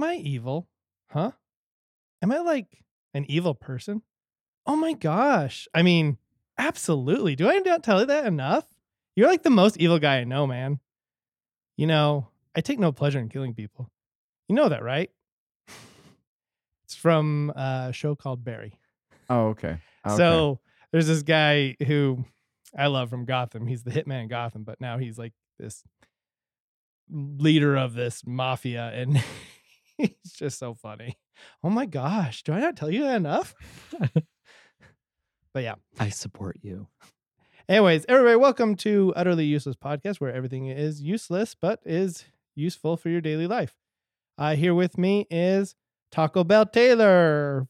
I evil? Huh? Am I like an evil person? Oh my gosh. I mean, absolutely. Do I not tell you that enough? You're like the most evil guy I know, man. You know, I take no pleasure in killing people. You know that, right? it's from a show called Barry. Oh, okay. okay. So there's this guy who I love from Gotham. He's the hitman in Gotham, but now he's like this leader of this mafia, and he's just so funny. Oh my gosh, do I not tell you that enough? but yeah. I support you. Anyways, everybody, welcome to Utterly Useless Podcast, where everything is useless but is useful for your daily life. Uh, here with me is Taco Bell Taylor.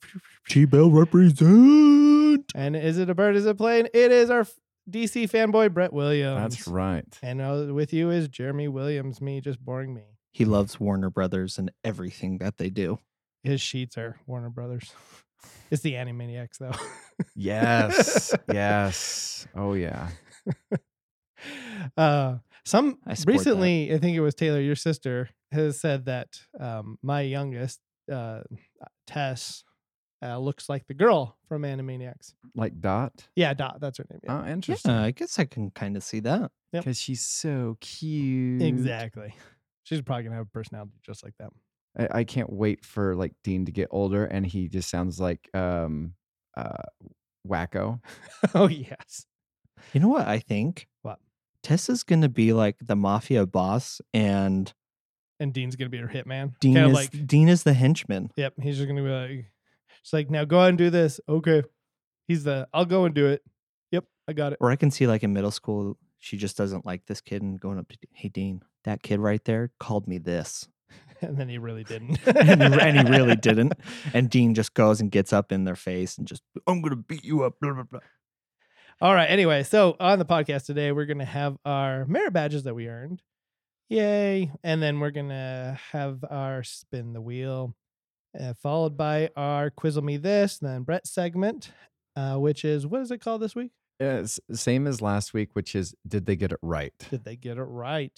G Bell represent. And is it a bird? Is it a plane? It is our f- DC fanboy, Brett Williams. That's right. And uh, with you is Jeremy Williams, me, just boring me. He loves Warner Brothers and everything that they do. His sheets are Warner Brothers. It's the Animaniacs, though. Yes. yes. Oh yeah. uh, some I support that. recently, I think it was Taylor, your sister, has said that um, my youngest, uh, Tess, uh, looks like the girl from Animaniacs. Like Dot. Yeah, Dot. That's her name. Yeah. Oh, interesting. Yeah, I guess I can kind of see that. Yep. Because she's so cute. Exactly. She's probably gonna have a personality just like that. I, I can't wait for like Dean to get older and he just sounds like um uh wacko. oh yes. You know what I think? What? Tessa's going to be like the mafia boss and And Dean's gonna be her hitman. Dean Kinda is like, Dean is the henchman. yep. He's just gonna be like, she's like, now go out and do this. Okay. He's the. I'll go and do it. Yep. I got it. Or I can see like in middle school she just doesn't like this kid and going up to hey Dean, that kid right there called me this. And then he really didn't. and, he, and he really didn't. And Dean just goes and gets up in their face and just I'm going to beat you up blah blah blah. All right. Anyway, so on the podcast today, we're going to have our merit badges that we earned. Yay. And then we're going to have our spin the wheel, uh, followed by our Quizzle Me This, then Brett segment, uh, which is what is it called this week? Yeah, it's Uh, same as last week, which is did they get it right? Did they get it right?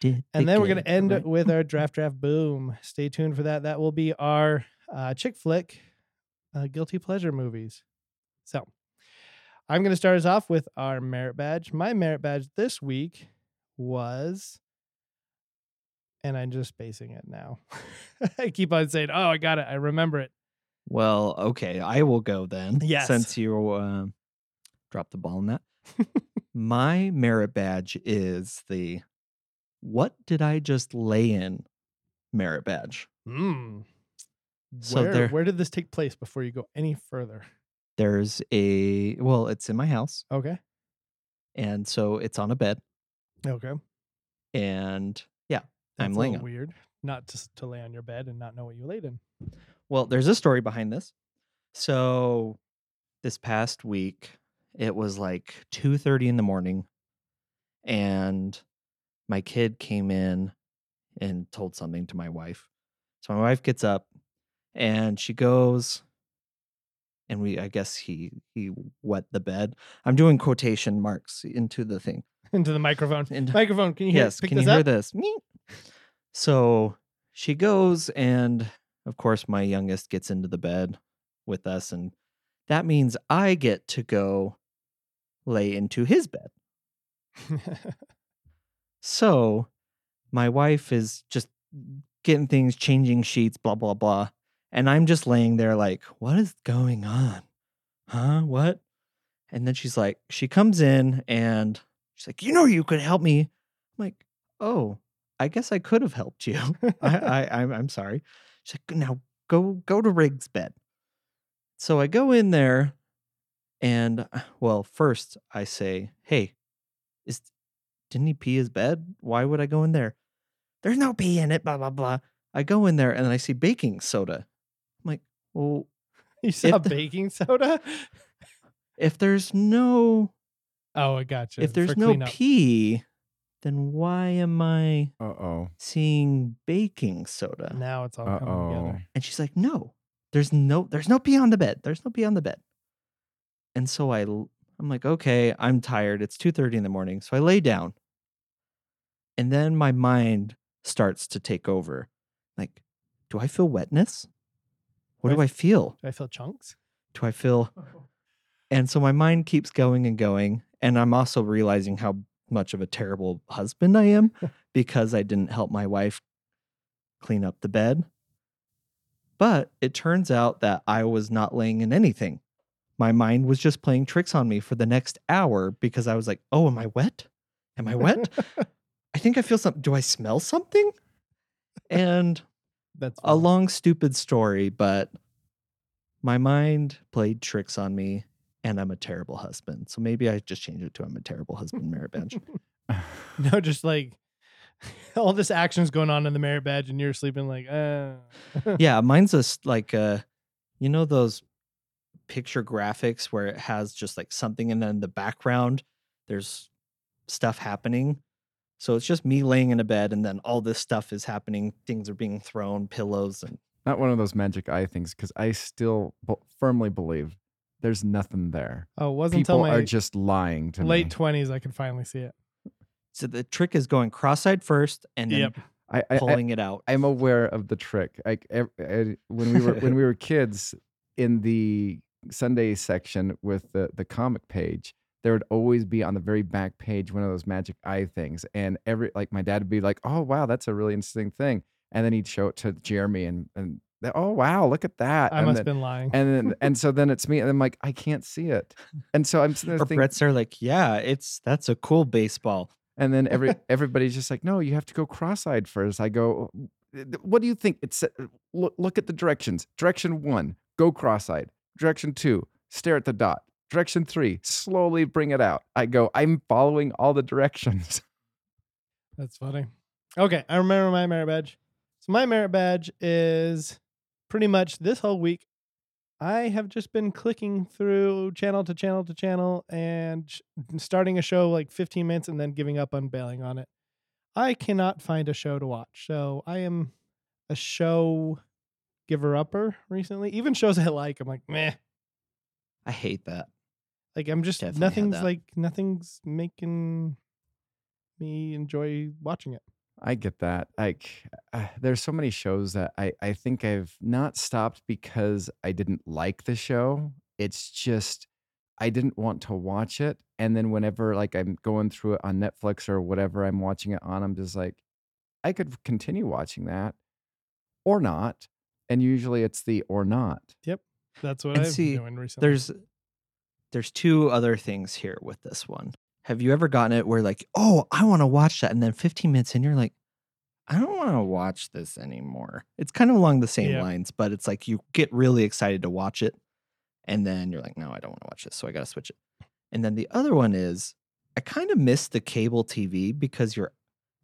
Did And they then we're going get to it end right? with our draft draft boom. Stay tuned for that. That will be our uh, chick flick uh, guilty pleasure movies. So I'm going to start us off with our merit badge. My merit badge this week was, and I'm just spacing it now. I keep on saying, oh, I got it. I remember it. Well, okay, I will go then. Yes. Since you uh, dropped the ball on that. My merit badge is the what did I just lay in merit badge? Mm. So where, there- where did this take place before you go any further? There's a, well, it's in my house. Okay. And so it's on a bed. Okay. And yeah, I'm That's a laying little on. weird not to, s- to lay on your bed and not know what you laid in. Well, there's a story behind this. So this past week, it was like 2:30 in the morning and my kid came in and told something to my wife. So my wife gets up and she goes and we I guess he he wet the bed. I'm doing quotation marks into the thing. into the microphone. Into- microphone, can you hear? yes, pick can this you hear up? this? Meep. So she goes, and of course, my youngest gets into the bed with us, and that means I get to go lay into his bed. So my wife is just getting things, changing sheets, blah, blah, blah. And I'm just laying there like, what is going on? Huh? What? And then she's like, she comes in and she's like, you know, you could help me. I'm like, oh, I guess I could have helped you. I, I, I'm, I'm sorry. She's like, now go, go to Rig's bed. So I go in there and uh, well, first I say, hey, is, didn't he pee his bed? Why would I go in there? There's no pee in it, blah, blah, blah. I go in there and I see baking soda. I'm like, well, you saw the- baking soda? if there's no Oh, I got you. if there's for no cleanup. pee, then why am I Uh oh. seeing baking soda? now it's all Uh coming oh. together. And she's like, "No, there's no, there's no pee on the bed. There's no pee on the bed." And so I, l- I'm like, "Okay, I'm tired. It's two thirty in the morning." So I lay down, and then my mind starts to take over. Like, Do I feel wetness? What do Right. I feel? Do I feel chunks? Do I feel And so my mind keeps going and going. And I'm also realizing how much of a terrible husband I am because I didn't help my wife clean up the bed. But it turns out that I was not laying in anything. My mind was just playing tricks on me for the next hour because I was like, oh, am I wet? Am I wet? I think I feel something. Do I smell something? And That's a fine. long stupid story but my mind played tricks on me and i'm a terrible husband so maybe i just change it to i'm a terrible husband merit badge No, just like all this action's going on in the merit badge, and you're sleeping like, uh. yeah mine's just like uh you know those picture graphics where it has just like something and then in the background there's stuff happening so it's just me laying in a bed and then all this stuff is happening things are being thrown pillows and Not one of those magic eye things because I still b- firmly believe there's nothing there. Oh, it wasn't until People my are just lying to late me. twenties I could finally see it. so the trick is going cross-eyed first and then Yep. I, I, I, pulling it out I'm aware of the trick. Like ev- I, when we were when we were kids in the Sunday section with the the comic page, there would always be on the very back page one of those magic eye things, and every like my dad would be like, "Oh wow, that's a really interesting thing," and then he'd show it to Jeremy, and and they- oh wow, look at that. I and must then, have been lying. and then and so then it's me, and I'm like, I can't see it, and so I'm sitting or there thinking, Brett's are like, yeah, it's that's a cool baseball. And then every everybody's just like, "No, you have to go cross-eyed first. I go, "What do you think?" It's look, look at the directions. Direction one, go cross-eyed. Direction two, stare at the dot. Direction three, slowly bring it out. I go, "I'm following all the directions." That's funny. Okay, I remember my merit badge. So my merit badge is pretty much this whole week. I have just been clicking through channel to channel to channel and sh- starting a show like 15 minutes and then giving up on bailing on it. I cannot find a show to watch. So I am a show giver upper recently. Even shows I like, I'm like, meh. I hate that. Like I'm just Definitely had nothing's that. like nothing's making me enjoy watching it. I get that. Like, uh, there's so many shows that I I think I've not stopped because I didn't like the show. It's just I didn't want to watch it, and then whenever like I'm going through it on Netflix or whatever I'm watching it on, I'm just like, I could continue watching that, or not. And usually it's the or not. That's what And I've see, been doing recently. There's there's two other things here with this one. Have you ever gotten it where like, oh, I want to watch that, and then 15 minutes in, you're like, I don't want to watch this anymore. It's kind of along the same Yeah. lines, but it's like you get really excited to watch it, and then you're like, no, I don't want to watch this, so I gotta switch it. And then the other one is, I kind of miss the cable TV because you're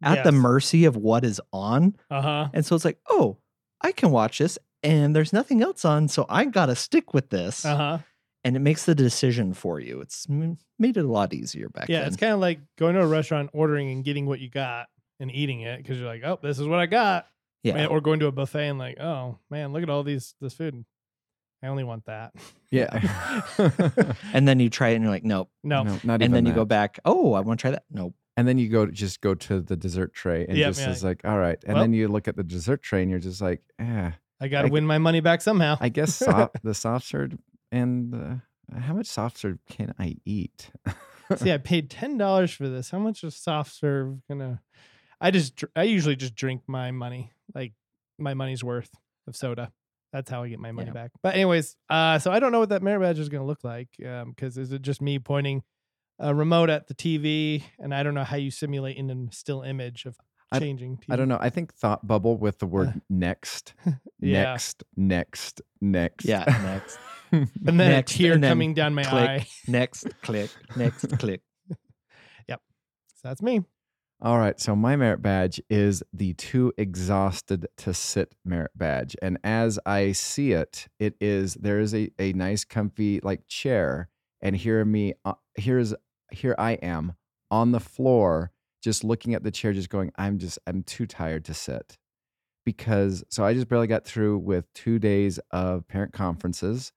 at the mercy of what is on. Uh huh. And so it's like, oh, I can watch this and there's nothing else on. So I got to stick with this. Uh-huh. Uh huh. And it makes the decision for you. It's m- made it a lot easier back Yeah, then. it's kind of like going to a restaurant, ordering and getting what you got and eating it because you're like, oh, this is what I got. yeah. Man, or going to a buffet and like, oh man, look at all these this food. I only want that. and then you try it and you're like, nope. no. not and even then you go that. back, oh, I want to try that. Nope. And then you go to just go to the dessert tray and Yeah, just yeah. is like, all right. And Well- then you look at the dessert tray and you're just like, eh. I got to I- win my money back somehow. I guess soft, the soft serve and uh, how much soft serve can I eat? See, I paid ten dollars for this. How much is soft serve gonna? I just dr- I usually just drink my money, like my money's worth of soda. That's how I get my money Yeah. back. But anyways, uh, so I don't know what that merit badge is gonna look like, um, because is it just me pointing a remote at the TV, and I don't know how you simulate in a still image of I- changing. TV. I don't know. I think thought bubble with the word Uh, next, yeah. next, next, next. Yeah. Next. And then Next, a tear and then coming down my click. eye. next click. Next click. So that's me. All right. So my merit badge is the too exhausted to sit merit badge. And as I see it, it is there is a, a nice comfy like chair. And here me uh, here's here I am on the floor, just looking at the chair, just going, I'm just I'm too tired to sit. Because so I just barely got through with two days of parent conferences.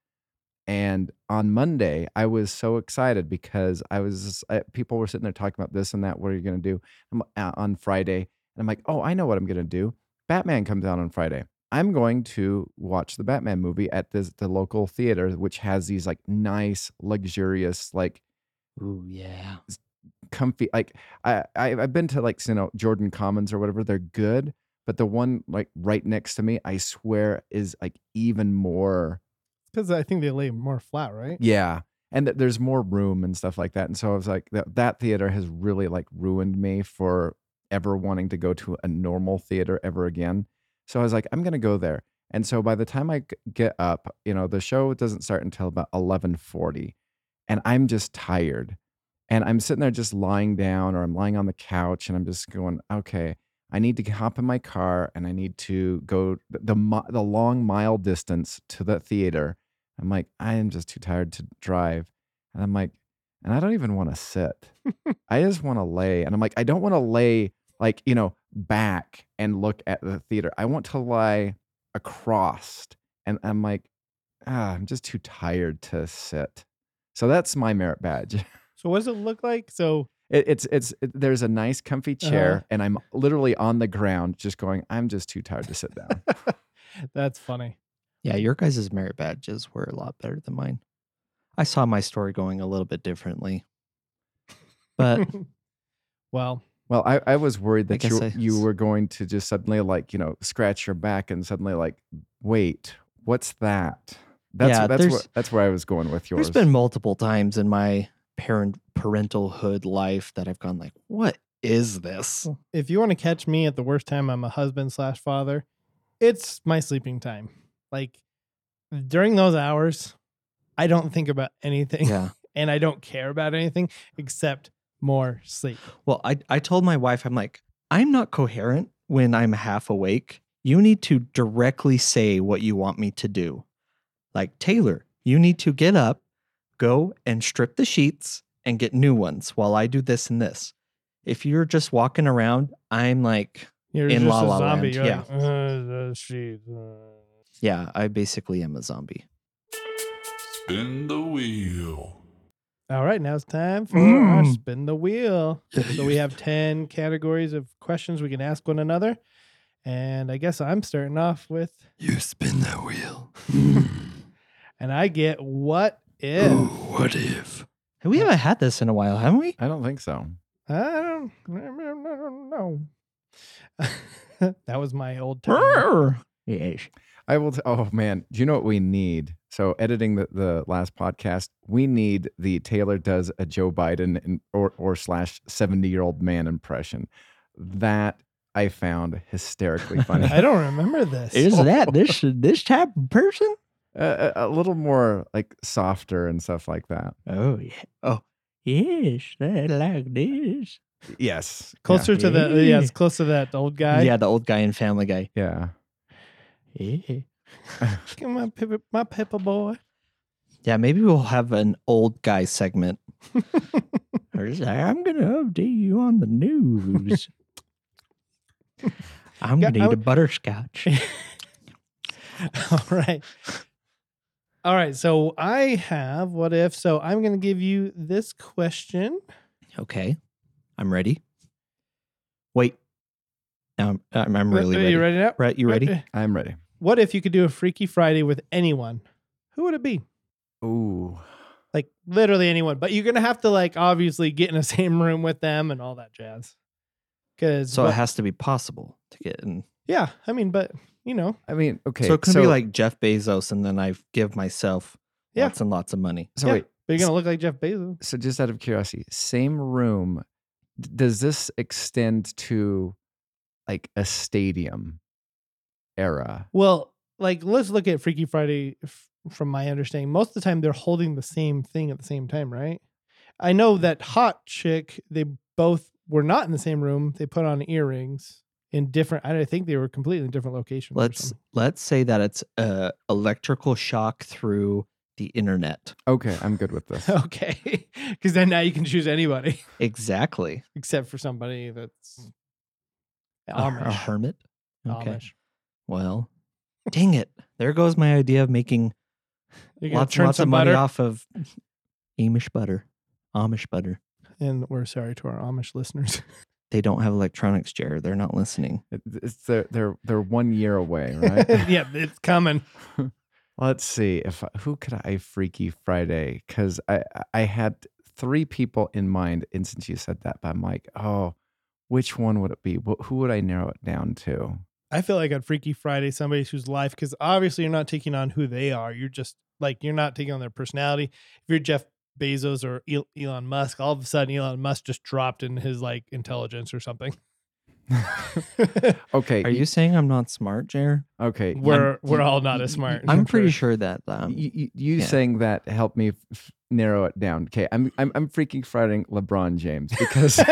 And on Monday, I was so excited because I was just- I, people were sitting there talking about this and that. What are you going to do? I'm, uh, on Friday. And I'm like, oh, I know what I'm going to do. Batman comes out on Friday. I'm going to watch the Batman movie at this the local theater, which has these like nice, luxurious, like Ooh, yeah. comfy. Like I, I I've been to like you know Jordan Commons or whatever. They're good, but the one like right next to me, I swear, is like even more. because I think they lay more flat, right? Yeah, and th- there's more room and stuff like that. And so I was like, that that theater has really like ruined me for ever wanting to go to a normal theater ever again. So I was like, I'm gonna go there. And so by the time I g- get up, you know, the show doesn't start until about 11:40, and I'm just tired. And I'm sitting there just lying down, or I'm lying on the couch, and I'm just going, okay, I need to hop in my car, and I need to go th- the mi- the long mile distance to the theater. I'm like, I am just too tired to drive, and I'm like, and I don't even want to sit. I just want to lay, and I'm like, I don't want to lay like you know back and look at the theater. I want to lie across, and I'm like, ah, I'm just too tired to sit. So that's my merit badge. So what does it look like? So It, it's it's it- there's a nice comfy chair, Uh-huh. and I'm literally on the ground, just going. I'm just too tired to sit down. that's funny. Yeah, your guys' merit badges were a lot better than mine. I saw my story going a little bit differently. But well, well, I, I was worried I that you guess I- you were going to just suddenly like you know scratch your back and suddenly like wait what's that? That's Yeah, that's there's- what that's where I was going with yours. there's been multiple times in my parent parentalhood life that I've gone like, what is this? if you want to catch me at the worst time I'm a husband slash father, it's my sleeping time. Like during those hours, I don't think about anything Yeah. and I don't care about anything except more sleep. Well, I, I told my wife, I'm like, I'm not coherent when I'm half awake. You need to directly say what you want me to do. Like, Taylor, you need to get up, go and strip the sheets and get new ones while I do this and this. If you're just walking around, I'm like, You're In just a La La zombie. Land, You're like, "Uh, the sheets, uh." yeah, I basically am a zombie. Spin the wheel. All right, now it's time for our Mm. spin the wheel. So we have 10 categories of questions we can ask one another. And I guess I'm starting off with, You spin that wheel. and I get what if? what if? We haven't had this in a while, haven't we? I don't think so. I don't, Um, I don't- I don't know. that was my old time. Yes. I will. T- oh man, do you know what we need? So editing the, the last podcast, we need the Taylor does a Joe Biden in, or or slash seventy year old man impression. That I found hysterically funny. I don't remember this. Is that this this type of person? a, a a little more like softer and stuff like that. Oh yeah. Oh yes, I like this. Yes, closer to the, yeah, Yeah. it's close to that old guy. yeah, the old guy in Family Guy. Yeah. Yeah. Come on, Pippa, my Pippa boy. Yeah, maybe we'll have an old guy segment. Or just, I'm gonna update you on the news. I'm Yeah, gonna eat I a butterscotch. All right. All right. So I have what if. So I'm going to give you this question. Okay, I'm ready. Wait, I'm I'm, I'm really Are ready. you ready now? Brett, you ready? I'm ready. What if you could do a Freaky Friday with anyone? Who would it be? Ooh. Like literally anyone, but you're gonna have to like obviously get in the same room with them and all that jazz. Because So it has to be possible to get in. yeah, I mean, but you know, I mean, okay. so it could be like Jeff Bezos, and then I give myself Yeah. lots and lots of money. So yeah. wait. but you're gonna look like Jeff Bezos. So just out of curiosity, same room. d- Does this extend to like a stadium era? Well, like let's look at Freaky Friday f- from my understanding. Most of the time, they're holding the same thing at the same time, right? I know that Hot Chick, they both were not in the same room. They put on earrings in different. I think they were completely in different locations. or Let's something. let's say that it's uh, electrical shock through the internet. Okay, I'm good with this. okay, because then now you can choose anybody Exactly. except for somebody that's Mm. A- A, Amish. hermit. Okay. Amish. Well, dang it! There goes my idea of making You're gonna lots turn and lots some of money butter- off of Amish butter, Amish butter. and we're sorry to our Amish listeners. they don't have electronics, Jared. They're not listening. It- It's they're they're they're one year away, right? yeah, it's coming. Let's see if who could I freaky Friday because I I had three people in mind, and since you said that, but I'm like, oh, which one would it be? Wh- Who would I narrow it down to? I feel like on Freaky Friday, somebody who's life, because obviously you're not taking on who they are. You're just like, you're not taking on their personality. If you're Jeff Bezos or El- Elon Musk, all of a sudden Elon Musk just dropped in his like intelligence or something. Okay, Are you saying I'm not smart, Jared? okay? we're we're all Y- not as y- smart. I'm pretty sure that um, you, you, you yeah. saying that helped me f- f- narrow it down. Okay, I'm I'm I'm freaking Fridaying LeBron James because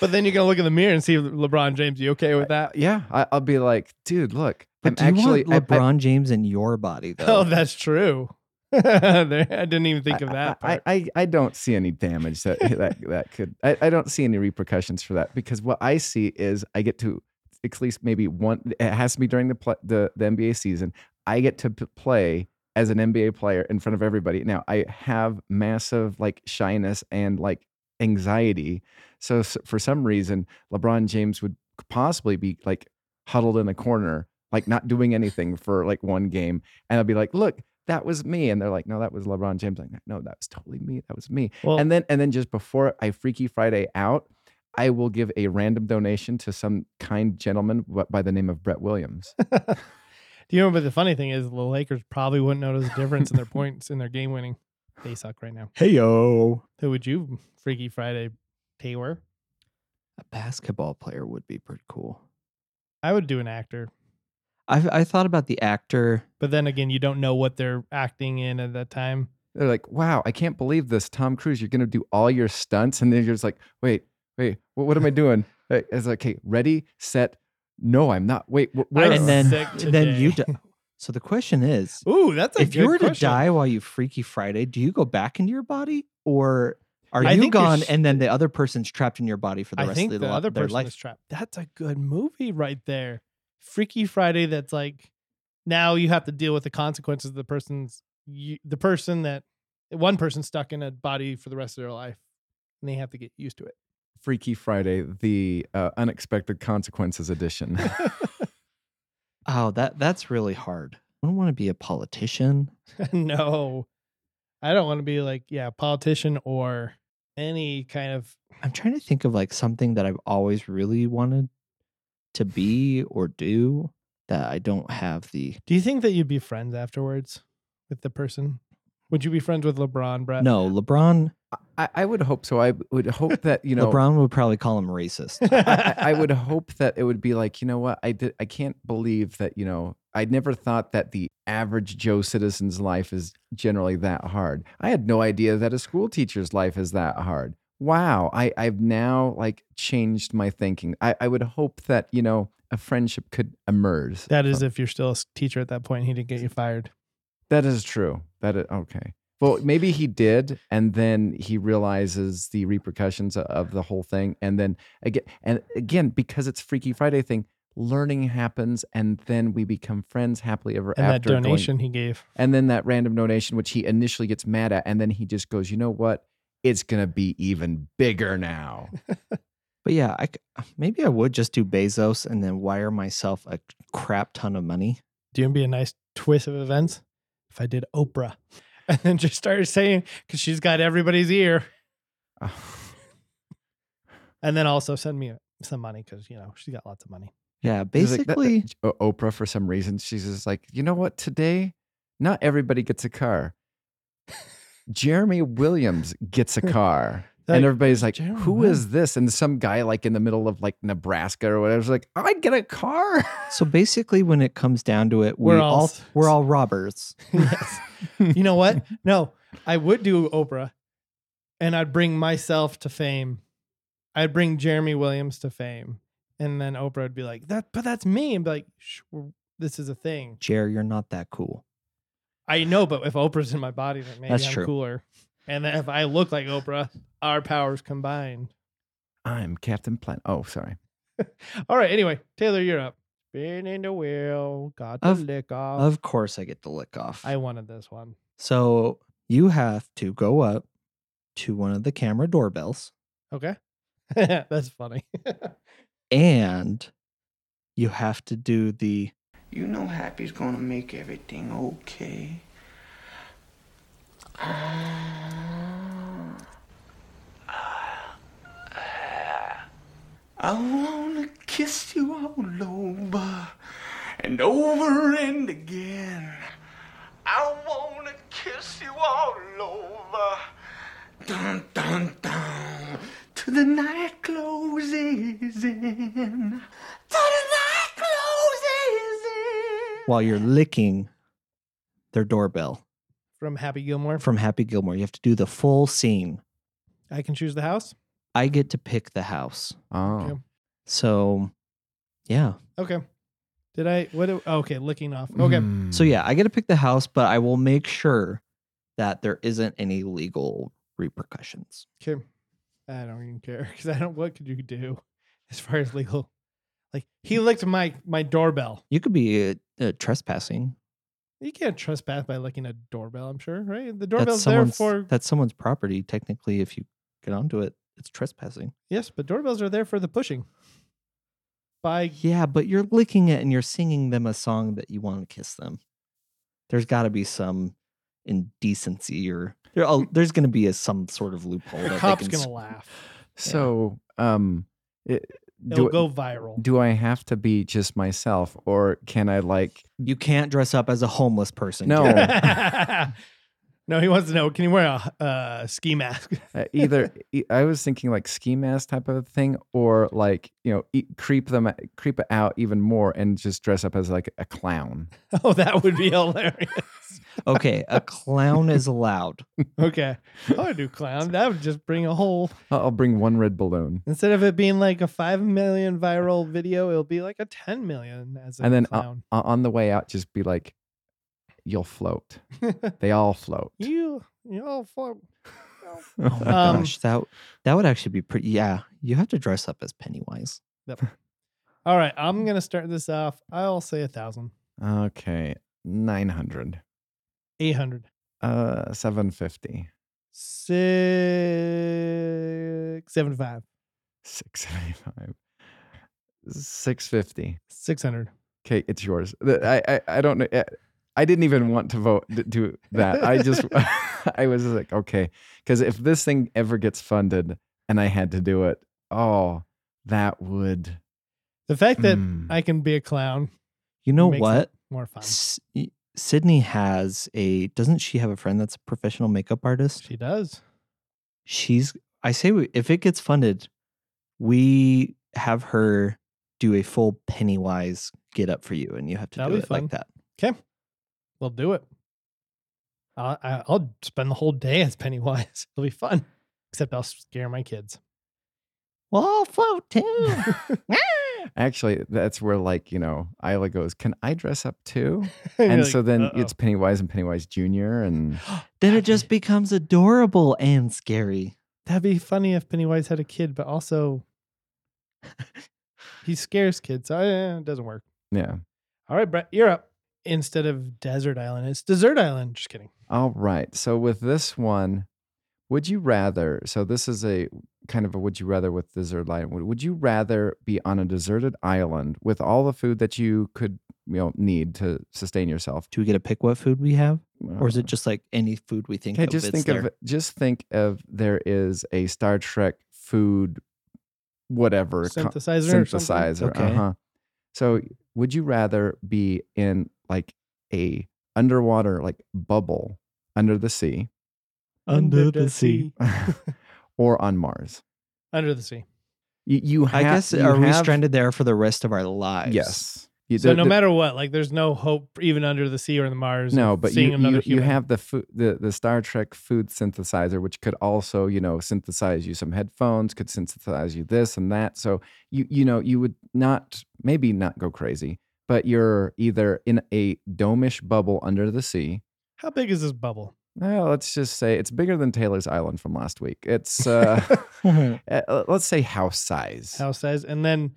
but then you're gonna look in the mirror and see if LeBron James. You okay with that? yeah, I, I'll be like, dude, look, But do I'm actually you want I- I- LeBron James in your body though? Oh, that's true. There- I didn't even think I- of that. I, part. I, I, I don't see any damage that that, that could. I, I don't see any repercussions for that because what I see is I get to at least maybe one. It has to be during the pl- the the NBA season. I get to p- play as an NBA player in front of everybody. Now I have massive like shyness and like anxiety. So s- for some reason, LeBron James would possibly be like huddled in a corner, like not doing anything for like one game, and I'd be like, "Look, that was me," and they're like, "No, that was LeBron James." Like, no, that was totally me. That was me. well, And then and then just before I Freaky Friday out, I will give a random donation to some kind gentleman w- by the name of Brett Williams. do you know? But the funny thing is, the Lakers probably wouldn't notice a difference in their points in their game winning. They suck right now. hey yo. Who would you Freaky Friday Taylor? A basketball player would be pretty cool. I would do an actor, I I thought about the actor. but then again, you don't know what they're acting in at that time. They're like, "Wow, I can't believe this, Tom Cruise. You're gonna do all your stunts," and then you're just like, "Wait, wait, what, what am I doing?" Uh, It's like, "Okay, ready, set." No, I'm not. Wait, wh- where? I'm and then sick and then you today. di- So the question is, Ooh, that's a if you good were to question. die while you Freaky Friday, do you go back into your body or are I you think you're gone s- and then the other person's trapped in your body for the I rest think of the li- other their person life? is trapped. That's a good movie right there. Freaky Friday. That's like now you have to deal with the consequences of the person's you, the person that one person stuck in a body for the rest of their life, and they have to get used to it. Freaky Friday, the uh, unexpected consequences edition. Oh, that that's really hard. I don't want to be a politician. no, I don't want to be like yeah, politician or any kind of I'm trying to think of like something that I've always really wanted to be or do that I don't have the Do you think that you'd be friends afterwards with the person? Would you be friends with LeBron, Brett? No, LeBron I, I would hope so. I would hope that you know. LeBron would probably call him racist. I, I I would hope that it would be like you know what I did. I can't believe that you know I never thought that the average Joe citizen's life is generally that hard. I had no idea that a school teacher's life is that hard. Wow, I I've now like changed my thinking. I I would hope that you know a friendship could emerge. That is from- if you're still a s- teacher at that point. He didn't get you fired. that is true. That is okay. Well, maybe he did, and then he realizes the repercussions o- of the whole thing, and then again, and again, because it's Freaky Friday thing, learning happens, and then we become friends happily ever And that after. going- donation he gave. and then that random donation, which he initially gets mad at, and then he just goes, "You know what? It's gonna be even bigger now." But yeah, I c- maybe I would just do Bezos and then wire myself a crap ton of money. Do you want to be a nice twist of events? If I did Oprah and then just started saying, because she's got everybody's ear. Ah. And then also send me some money because, you know, she's got lots of money. Yeah, He's like, "That- that- basically. O- Oprah, for some reason, she's just like, you know what? Today, not everybody gets a car. Jeremy Williams gets a car. Like, and everybody's like, "Jeremy who Williams." is this? And some guy, like in the middle of like Nebraska or whatever, is like, I get a car. so basically, when it comes down to it, we We're all, all s- we're all robbers. yes. You know what? No, I would do Oprah and I'd bring myself to fame. I'd bring Jeremy Williams to fame. And then Oprah would be like, that, but that's me. And be like, Shh, we're- this is a thing. Jer, you're not that cool. I know, but if Oprah's in my body, then maybe That's I'm true. cooler. And then if I look like Oprah, our powers combined. I'm Captain Planet. Oh, sorry. All right. Anyway, Taylor, you're up. Spinning the wheel, got the Of- lick off. Of course, I get the lick off. I wanted this one. so you have to go up to one of the camera doorbells Okay. That's funny. and you have to do the You know Happy's gonna make everything okay. I wanna kiss you all over and over and again. I wanna kiss you all over. Dun dun dun. Till the night closes in. Till the night closes in. while you're licking their doorbell From Happy Gilmore. from Happy Gilmore. You have to do the full scene. I can choose the house. I get to pick the house. Oh, Jim. So, yeah. Okay. Did I? What? do- oh, okay, licking off. Okay. Hmm. So, yeah, I get to pick the house, but I will make sure that there isn't any legal repercussions. Okay. I don't even care because I don't. What could you do as far as legal? Like he licked my my doorbell. You could be uh, uh, trespassing. You can't trespass by licking a doorbell. I'm sure, right? The That's doorbell's there someone's, for that's someone's property. Technically, if you get onto it, it's trespassing. yes, but doorbells are there for the pushing. By Yeah, but you're licking it and you're singing them a song that you want to kiss them. There's got to be some indecency or there, oh, there's going to be a, some sort of loophole. the that they cops can gonna s- laugh. so um, it, It'll do, go viral. do I have to be just myself, or can I like? You can't dress up as a homeless person. No. Gary. no, he wants to know. Can you wear a uh, ski mask? Uh, either e- I was thinking like ski mask type of thing, or like you know e creep them creep it out even more and just dress up as like a clown. oh, that would be hilarious. Okay, a clown is allowed. Okay, Oh, I would do clown. That would just bring a whole I'll I'll bring one red balloon, Instead of it being like a five million viral video, it'll be like a ten million as a and then uh, clown. uh, on the way out, just be like, "You'll float." They all float. you, you all for Oh my Um, gosh, that that would actually be pretty. Yeah, you have to dress up as Pennywise. All right, I'm gonna start this off. I'll say a thousand, okay, nine hundred, eight hundred, uh, seven fifty, six, seventy-five, six seventy five, six fifty. six hundred. Okay, it's yours. The- I I, I don't know. uh, I didn't even want to vote to do that. I just I was just like, okay, because if this thing ever gets funded and I had to do it, oh, that would. The fact that Mm. I can be a clown, You know makes it what? more fun. S- y- Sydney has a. Doesn't she have a friend that's a professional makeup artist? She does. she's i say we, if it gets funded we have her do a full pennywise get up for you and you have to That'd do be it fun. like that Okay, we'll do it. I'll, I- I'll spend the whole day as Pennywise. It'll be fun, except I'll scare my kids. well i'll float too Actually, that's where like you know Isla goes. Can I dress up too? You're And like, so then "Uh-oh." it's Pennywise and Pennywise Junior, and then That'd it just be- becomes adorable and scary that'd be funny if Pennywise had a kid, but also he scares kids. So eh, it doesn't work. yeah. All right, Brett, you're up. Instead of desert island, it's desert island. Just kidding. All right. So with this one, would you rather? So this is a kind of a would you rather with dessert line. Would would you rather be on a deserted island with all the food that you could you know need to sustain yourself, Uh, do we get to pick what food we have or is it just like any food we think Okay, of just it's think there? of just think of there is a Star Trek food, whatever co- Synthesizer. Or synthesizer. Okay. Uh-huh. So, would you rather be in like a underwater like bubble under the sea, something. under the sea or on Mars? Under the sea. You, you i have- guess you are we have- stranded there for the rest of our lives Yes. You- So the- no the- matter what, like there's no hope even under the sea or in the Mars. of No, but seeing you, another you, you human. have the food, the, the Star Trek food synthesizer, which could also, you know, synthesize you some headphones, could synthesize you this and that. So you, you know, you would not maybe not go crazy, but you're either in a domish bubble under the sea. How big is this bubble? Well, let's just say it's bigger than Taylor's Island from last week. Mm-hmm. It's uh, uh, let's say house size. House size, and then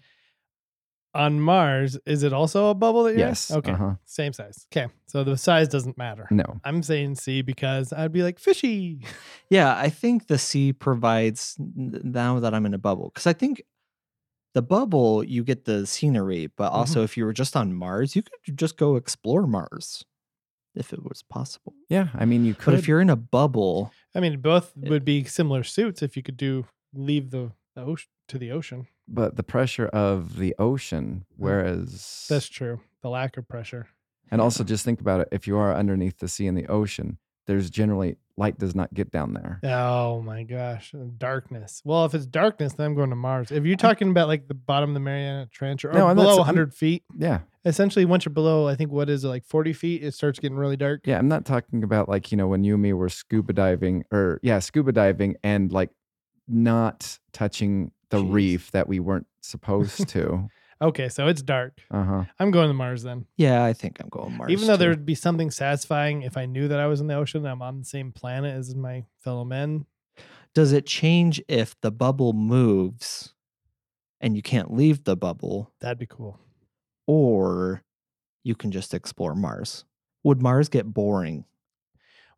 on Mars, is it also a bubble that you're in? Yes. Okay. Uh-huh. Same size. Okay. So the size doesn't matter. No. I'm saying C because I'd be like fishy. Yeah, I think the sea provides n- now that I'm in a bubble because I think the bubble you get the scenery, but also Mm-hmm. if you were just on Mars, you could just go explore Mars if it was possible. Yeah. I mean, you could. But if you're in a bubble, I mean, both Yeah. would be similar suits if you could do leave the, the ocean to the ocean. but the pressure of the ocean, whereas That's true. The lack of pressure. And also just think about it. If you are underneath the sea in the ocean, there's generally light does not get down there. Oh my gosh, darkness. Well, if it's darkness, then I'm going to Mars. If you're talking about like the bottom of the Mariana Trench or, or No, I'm not below s- I'm- 100 feet, Yeah. essentially once you're below, I think what is it like 40 feet, it starts getting really dark. Yeah. I'm not talking about like, you know, when you and me were scuba diving or yeah, scuba diving and like not touching the Jeez. reef that we weren't supposed to. Okay, so it's dark. Uh-huh. I'm going to Mars then. yeah, I think I'm going Mars. Even though there too. would be something satisfying if I knew that I was in the ocean, I'm on the same planet as my fellow men. does it change if the bubble moves and you can't leave the bubble, That'd be cool. or you can just explore Mars? Would Mars get boring?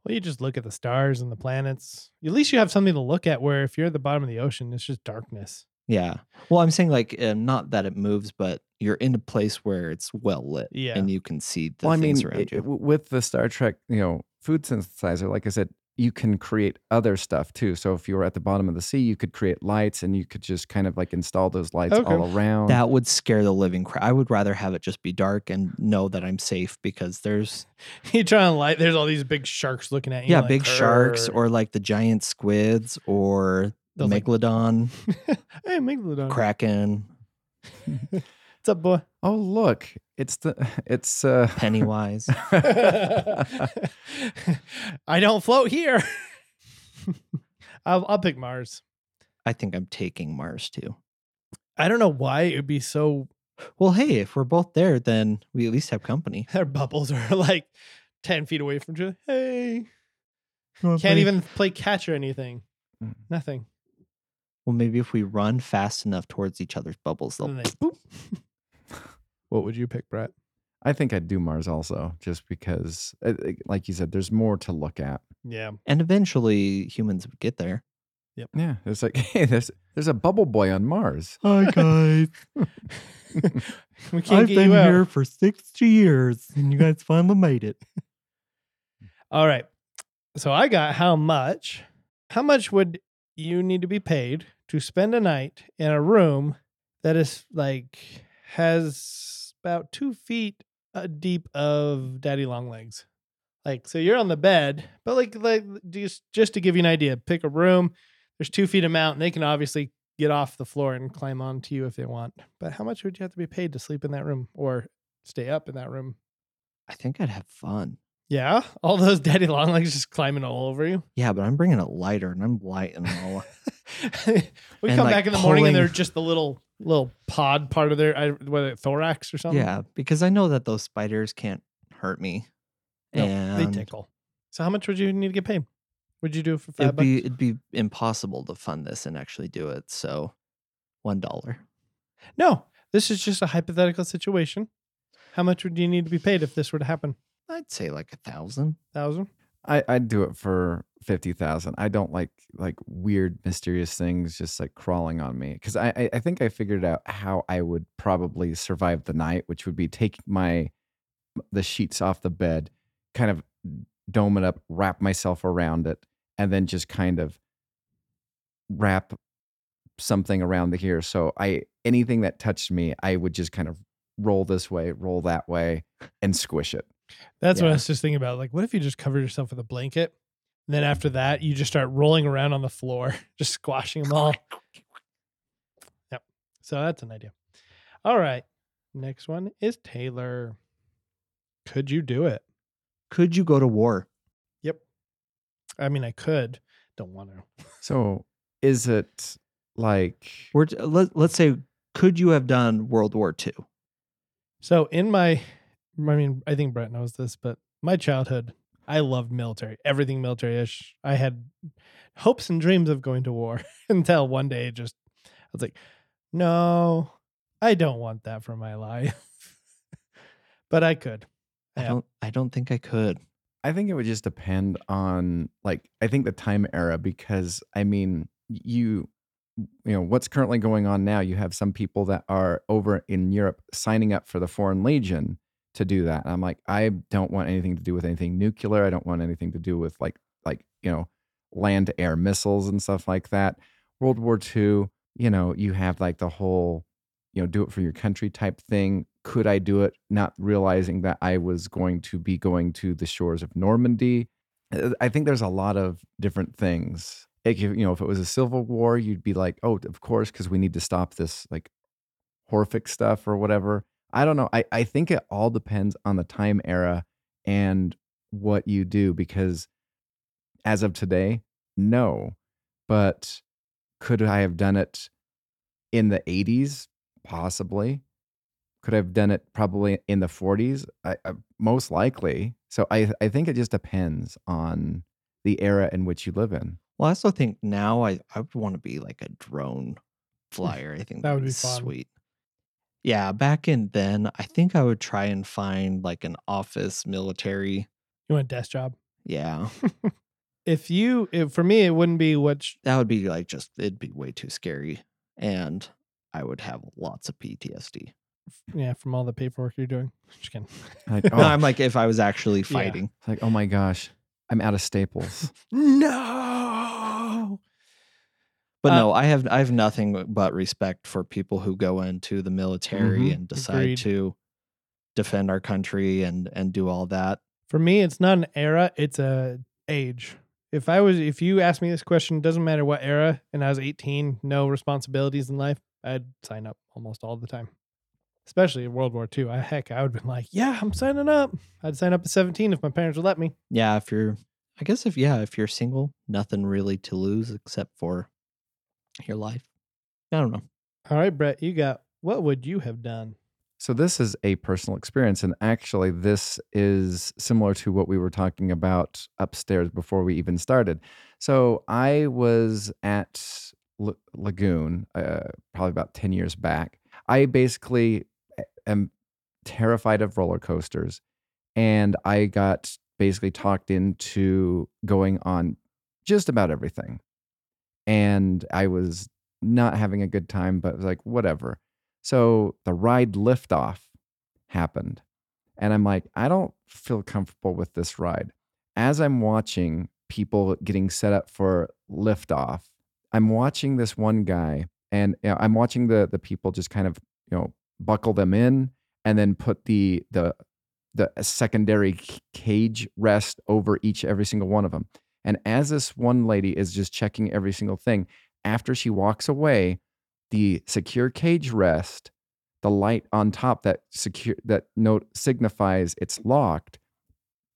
Well, you just look at the stars and the planets. At least you have something to look at. Where if you're at the bottom of the ocean, it's just darkness. Yeah. Well, I'm saying like uh, not that it moves, but you're in a place where it's well lit Yeah. and you can see the Well, I things mean, around it- you. w- with the Star Trek, you know, food synthesizer, like I said, you can create other stuff too. So if you were at the bottom of the sea, you could create lights and you could just kind of like install those lights Okay. all around. that would scare the living crap. I would rather have it just be dark and know that I'm safe because there's you try and light. There's all these big sharks looking at you. yeah, like, big sharks "Grr." or like the giant squids or the Those, like- megalodon, hey, megalodon. kraken, What's up, boy? oh look, it's the it's uh Pennywise. I don't float here. I'll, I'll pick Mars. I think I'm taking Mars too. I don't know why it would be so. Well, hey, if we're both there, then we at least have company. Their bubbles are like ten feet away from each other. Hey, can't even play catch or anything. Mm. Nothing. Well, maybe if we run fast enough towards each other's bubbles, they'll And then they- boop. what would you pick, Brett? I think I'd do Mars also, just because, uh, uh, like you said, there's more to look at. Yeah. and eventually humans would get there. Yeah, it's like, hey, there's there's a bubble boy on Mars. Hi guys, We can't get you out. for sixty years, and you guys finally made it. All right. So I got how much? How much would you need to be paid to spend a night in a room that is like has about two feet uh, deep of daddy long legs? Like, so you're on the bed, but like, like just just to give you an idea, pick a room. There's two feet amount, and they can obviously get off the floor and climb onto you if they want. But how much would you have to be paid to sleep in that room or stay up in that room? I think I'd have fun. Yeah, all those daddy long legs just climbing all over you. Yeah, but I'm bringing a lighter and I'm lighting all. we And, come like, back in the morning and they're pulling- just the little little pod part of their I- whether it's thorax or something. yeah, because I know that those spiders can't hurt me. No, they and tickle. So how much would you need to get paid? Would you do for five it'd be bucks? it'd be impossible to fund this and actually do it. So, one dollar. No, this is just a hypothetical situation. How much would you need to be paid if this were to happen? I'd say like a thousand. Thousand. I I'd do it for fifty thousand. I don't like like weird mysterious things just like crawling on me because I I- I think I figured out how I would probably survive the night, which would be take my the sheets off the bed, kind of dome it up, wrap myself around it, and then just kind of wrap something around the here. So I anything that touched me, I would just kind of roll this way, roll that way, and squish it. That's what I Yeah. was just thinking about. Like, what if you just covered yourself with a blanket? And then after that, you just start rolling around on the floor, just squashing them all. Yep. So that's an idea. All right. Next one is Taylor. Could you do it? Could you go to war? Yep. I mean, I could. Don't want to. So is it like We're, t- let, let's say, could you have done World War II? So in my, I mean, I think Brett knows this, but my childhood, I loved military, everything military-ish. I had hopes and dreams of going to war until one day it just, I was like, no, I don't want that for my life, but I could. I Yeah. don't I don't think I could. I think it would just depend on like I think the time era because I mean you you know what's currently going on now you have some people that are over in Europe signing up for the foreign legion to do that and I'm like I don't want anything to do with anything nuclear I don't want anything to do with like like you know land to air missiles and stuff like that World War II you know you have like the whole you know do it for your country type thing could i do it not realizing that i was going to be going to the shores of normandy Uh, i think there's a lot of different things Like, if- you know if it was a civil war you'd be like oh of course because we need to stop this like horrific stuff or whatever i don't know I, I think it all depends on the time era and what you do because as of today no but could i have done it in the 80s possibly could have done it probably in the 40s I, I, most likely so I, I think it just depends on the era in which you live in Well, I also think now I, I would want to be like a drone flyer. I think That would be fun. sweet. Yeah, back in then, I think I would try and find like an office military. You want a desk job? Yeah, If you, if, for me, it wouldn't be which. that would be like just, it'd be way too scary. And I would have lots of PTSD. Yeah, from all the paperwork you're doing. Just kidding. like oh, No, I'm like, if I was actually fighting, it's like, oh my gosh i'm out of staples No. but Uh, no, I have, I have nothing but respect for people who go into the military Mhm, and decide Mm-hmm. agreed. to defend our country and, and do all that. For me, it's not an era, it's a age. If I was if you asked me this question, doesn't matter what era, and I was 18, no responsibilities in life, I'd sign up almost all the time. Especially in World War II. I heck, I would have been like, Yeah, I'm signing up. I'd sign up at 17 if my parents would let me. yeah if you're i guess if yeah if you're single nothing really to lose except for your life i don't know All right, Brett, you got what would you have done? So this is a personal experience, and actually, this is similar to what we were talking about upstairs before we even started. So I was at L- Lagoon uh, probably about ten years back. I basically am terrified of roller coasters, and I got basically talked into going on just about everything, and I was not having a good time, but was like whatever. So the ride liftoff happened. And I'm like, I don't feel comfortable with this ride. As I'm watching people getting set up for liftoff, I'm watching this one guy and you know, I'm watching the the people just kind of, you know, buckle them in and then put the the the uh, secondary c- cage rest over each every single one of them. And as this one lady is just checking every single thing, after she walks away, the secure cage rest, the light on top that secure that note signifies it's locked,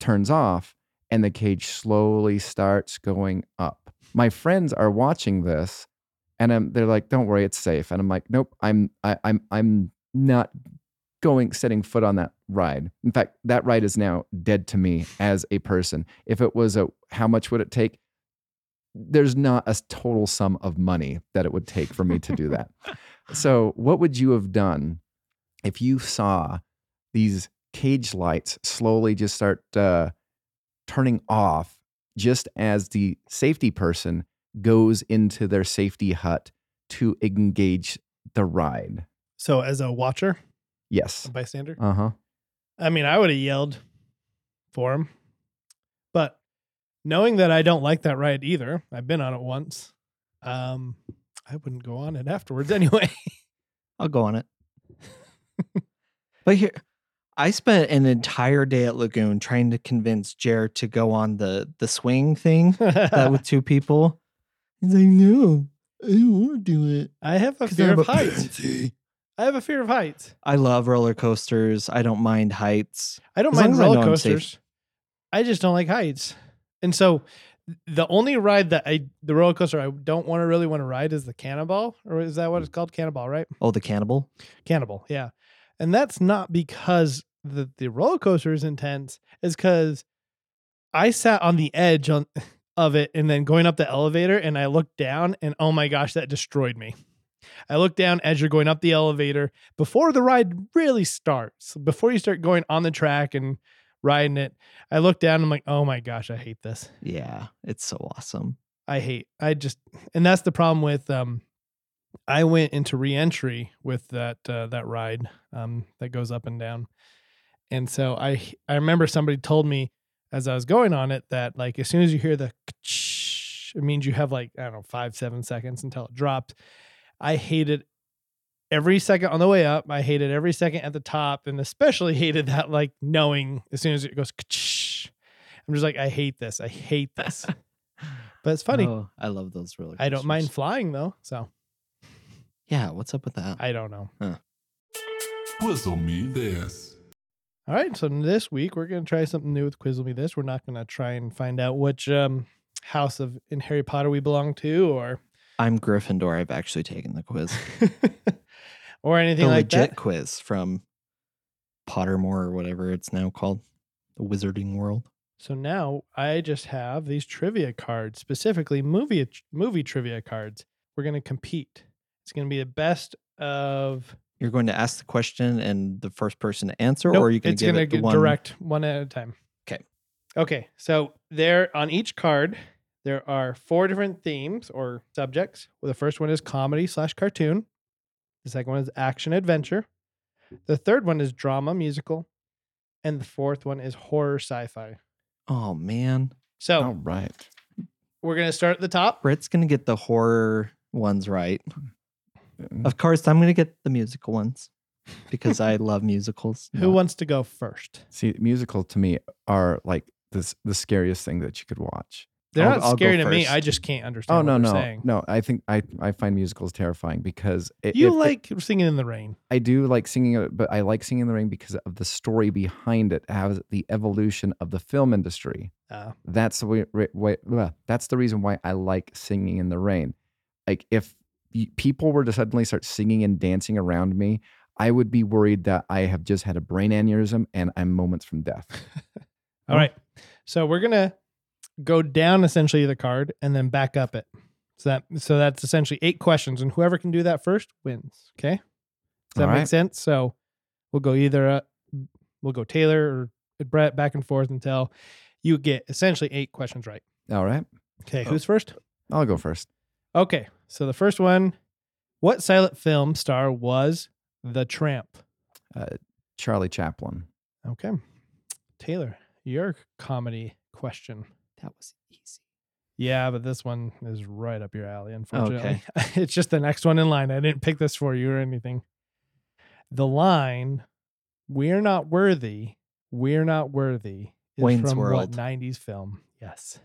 turns off, and the cage slowly starts going up. My friends are watching this, and I'm, they're like, "Don't worry, it's safe." And I'm like, "Nope, I'm I, I'm I'm not going setting foot on that ride. In fact, that ride is now dead to me as a person. If it was a how much would it take? There's not a total sum of money that it would take for me to do that. So, what would you have done if you saw these cage lights slowly just start uh, turning off just as the safety person goes into their safety hut to engage the ride? So as a watcher, Yes. a bystander? Uh huh. I mean, I would have yelled for him. But knowing that I don't like that ride either, I've been on it once. Um, I wouldn't go on it afterwards anyway. i'll go on it but here i spent an entire day at lagoon trying to convince jared to go on the the swing thing that with two people he's like no i don't want to do it I have a 'cause fear I'm of a heights. pansy." I have a fear of heights. i love roller coasters i don't mind heights I don't As long mind as I know roller I'm safe. coasters. I just don't like heights. And so the only ride that I the roller coaster I don't want to really want to ride is the cannonball, or is that what it's called? Cannonball, right? oh the cannibal Cannibal, yeah. And that's not because the, the roller coaster is intense, it's because I sat on the edge on, of it and then going up the elevator and I looked down and oh my gosh, that destroyed me. I look down as you're going up the elevator before the ride really starts, before you start going on the track and riding it. I look down, I'm like, oh my gosh, I hate this. Yeah, it's so awesome. I hate. I just, and that's the problem with. Um, I went into reentry with that uh, that ride um, that goes up and down, and so I I remember somebody told me as I was going on it that like as soon as you hear the, it means you have like I don't know five seven seconds until it dropped. I hated every second on the way up. I hated every second at the top, and especially hated that like knowing as soon as it goes. I'm just like I hate this. I hate this. But it's funny. Oh, I love those roller I don't mind coasters. flying though, so Yeah, what's up with that? I don't know. Whistle me this. All right, so this week we're gonna try something new with Quizzle Me This. We're not gonna try and find out which um, house of in Harry Potter we belong to, or I'm Gryffindor. I've actually taken the quiz, or the anything like legit that. quiz from Pottermore or whatever it's now called, the Wizarding World. So now I just have these trivia cards, specifically movie movie trivia cards. We're gonna compete. It's gonna be the best of. You're going to ask the question and the first person to answer, Nope, or are you going it's to give gonna it the get one? direct one at a time. 'Kay. Okay. So there on each card, there are four different themes or subjects. Well, the first one is comedy slash cartoon. The second one is action adventure. The third one is drama musical, and the fourth one is horror sci-fi. Oh man, So Oh. All right. we're gonna start at the top. Britt's going to get the horror ones right. Of course, I'm going to get the musical ones because I love musicals. Who No. wants to go first? See, musical to me are like this the scariest thing that you could watch. They're I'll- not I'll go scary to me. first. I just can't understand. Oh what no, they're no, saying. no! I think I I find musicals terrifying because i- You if it- like singing in the rain. I do like singing, it, but I like singing in the ring because of the story behind it, how the evolution of the film industry. Uh, that's the way, re- way blah. that's the reason why I like singing in the rain. Like if y- people were to suddenly start singing and dancing around me, I would be worried that I have just had a brain aneurysm and I'm moments from death. All Oh. right. So we're gonna go down essentially the card and then back up it. So that so that's essentially eight questions, and whoever can do that first wins. Okay. Does that All make right. sense? So we'll go either uh, we'll go Taylor or Brett back and forth until you get essentially eight questions right. All right, Okay. Oh. Who's first? I'll go first. Okay. So the first one, what silent film star was The Tramp? Charlie Chaplin. Okay. Taylor, your comedy question. That was easy. Yeah, but this one is right up your alley, unfortunately. Okay. it's just the next one in line. I didn't pick this for you or anything. The line, We're Not Worthy, We're Not Worthy, is Wayne's from what World. 90s film? Yes.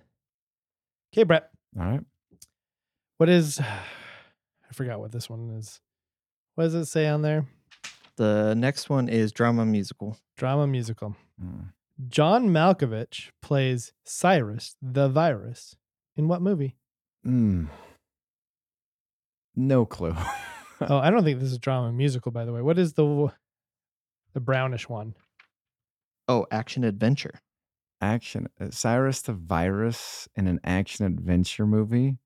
Okay, Brett, All right, what is, I forgot what this one is. What does it say on there? The next one is drama musical. Drama musical. Mm. John Malkovich plays Cyrus the Virus in what movie? Mm. no clue. oh, I don't think this is drama musical, by the way. What is the the brownish one? Oh, action adventure. action uh, Cyrus the Virus in an action adventure movie.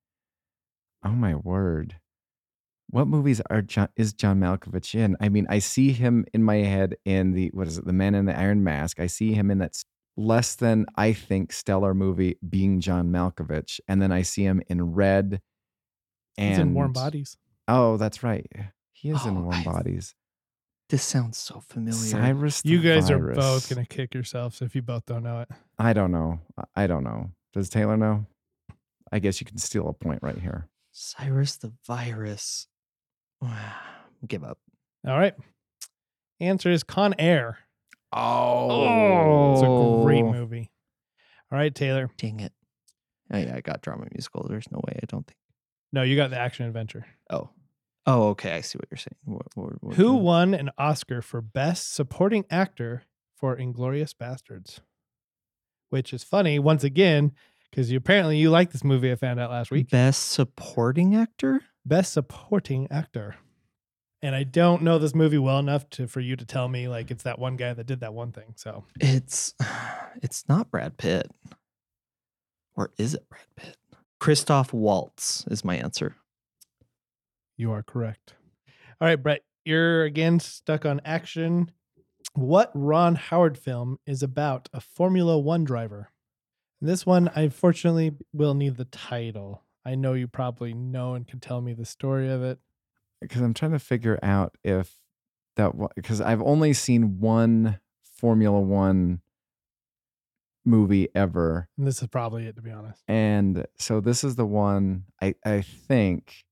Oh my word. What movies are John, is John Malkovich in? I mean, I see him in my head in the what is it, The Man in the Iron Mask. I see him in that s- less than I think stellar movie being John Malkovich, and then I see him in Red. And It's in Warm Bodies. Oh, that's right. He is in Oh, Warm I- Bodies. This sounds so familiar. Cyrus. the You guys are Virus. both gonna kick yourselves if you both don't know it. I don't know. I- I don't know. Does Taylor know? I guess you can steal a point right here. Cyrus the virus. Give up. All right. Answer is Con Air. Oh, It's a great movie. All right, Taylor. Dang it. Oh, yeah, I got drama musical. There's no way. I don't think. No, you got the action adventure. Oh. Oh, okay. I see what you're saying. What, what- what- Who what- won an Oscar for Best Supporting Actor for Inglorious Bastards? Which is funny once again because you apparently you like this movie. I found out last week. Best supporting actor? Best Supporting Actor, and I don't know this movie well enough to for you to tell me like it's that one guy that did that one thing. So It's it's not Brad Pitt. Or is it Brad Pitt? Christoph Waltz is my answer. You are correct. All right, Brett, you're again stuck on action. What Ron Howard film is about a Formula One driver? This one, I fortunately will need the title. I know you probably know and can tell me the story of it. because I'm trying to figure out if that because I've only seen one Formula One movie ever, And this is probably it, to be honest. and so this is the one I I think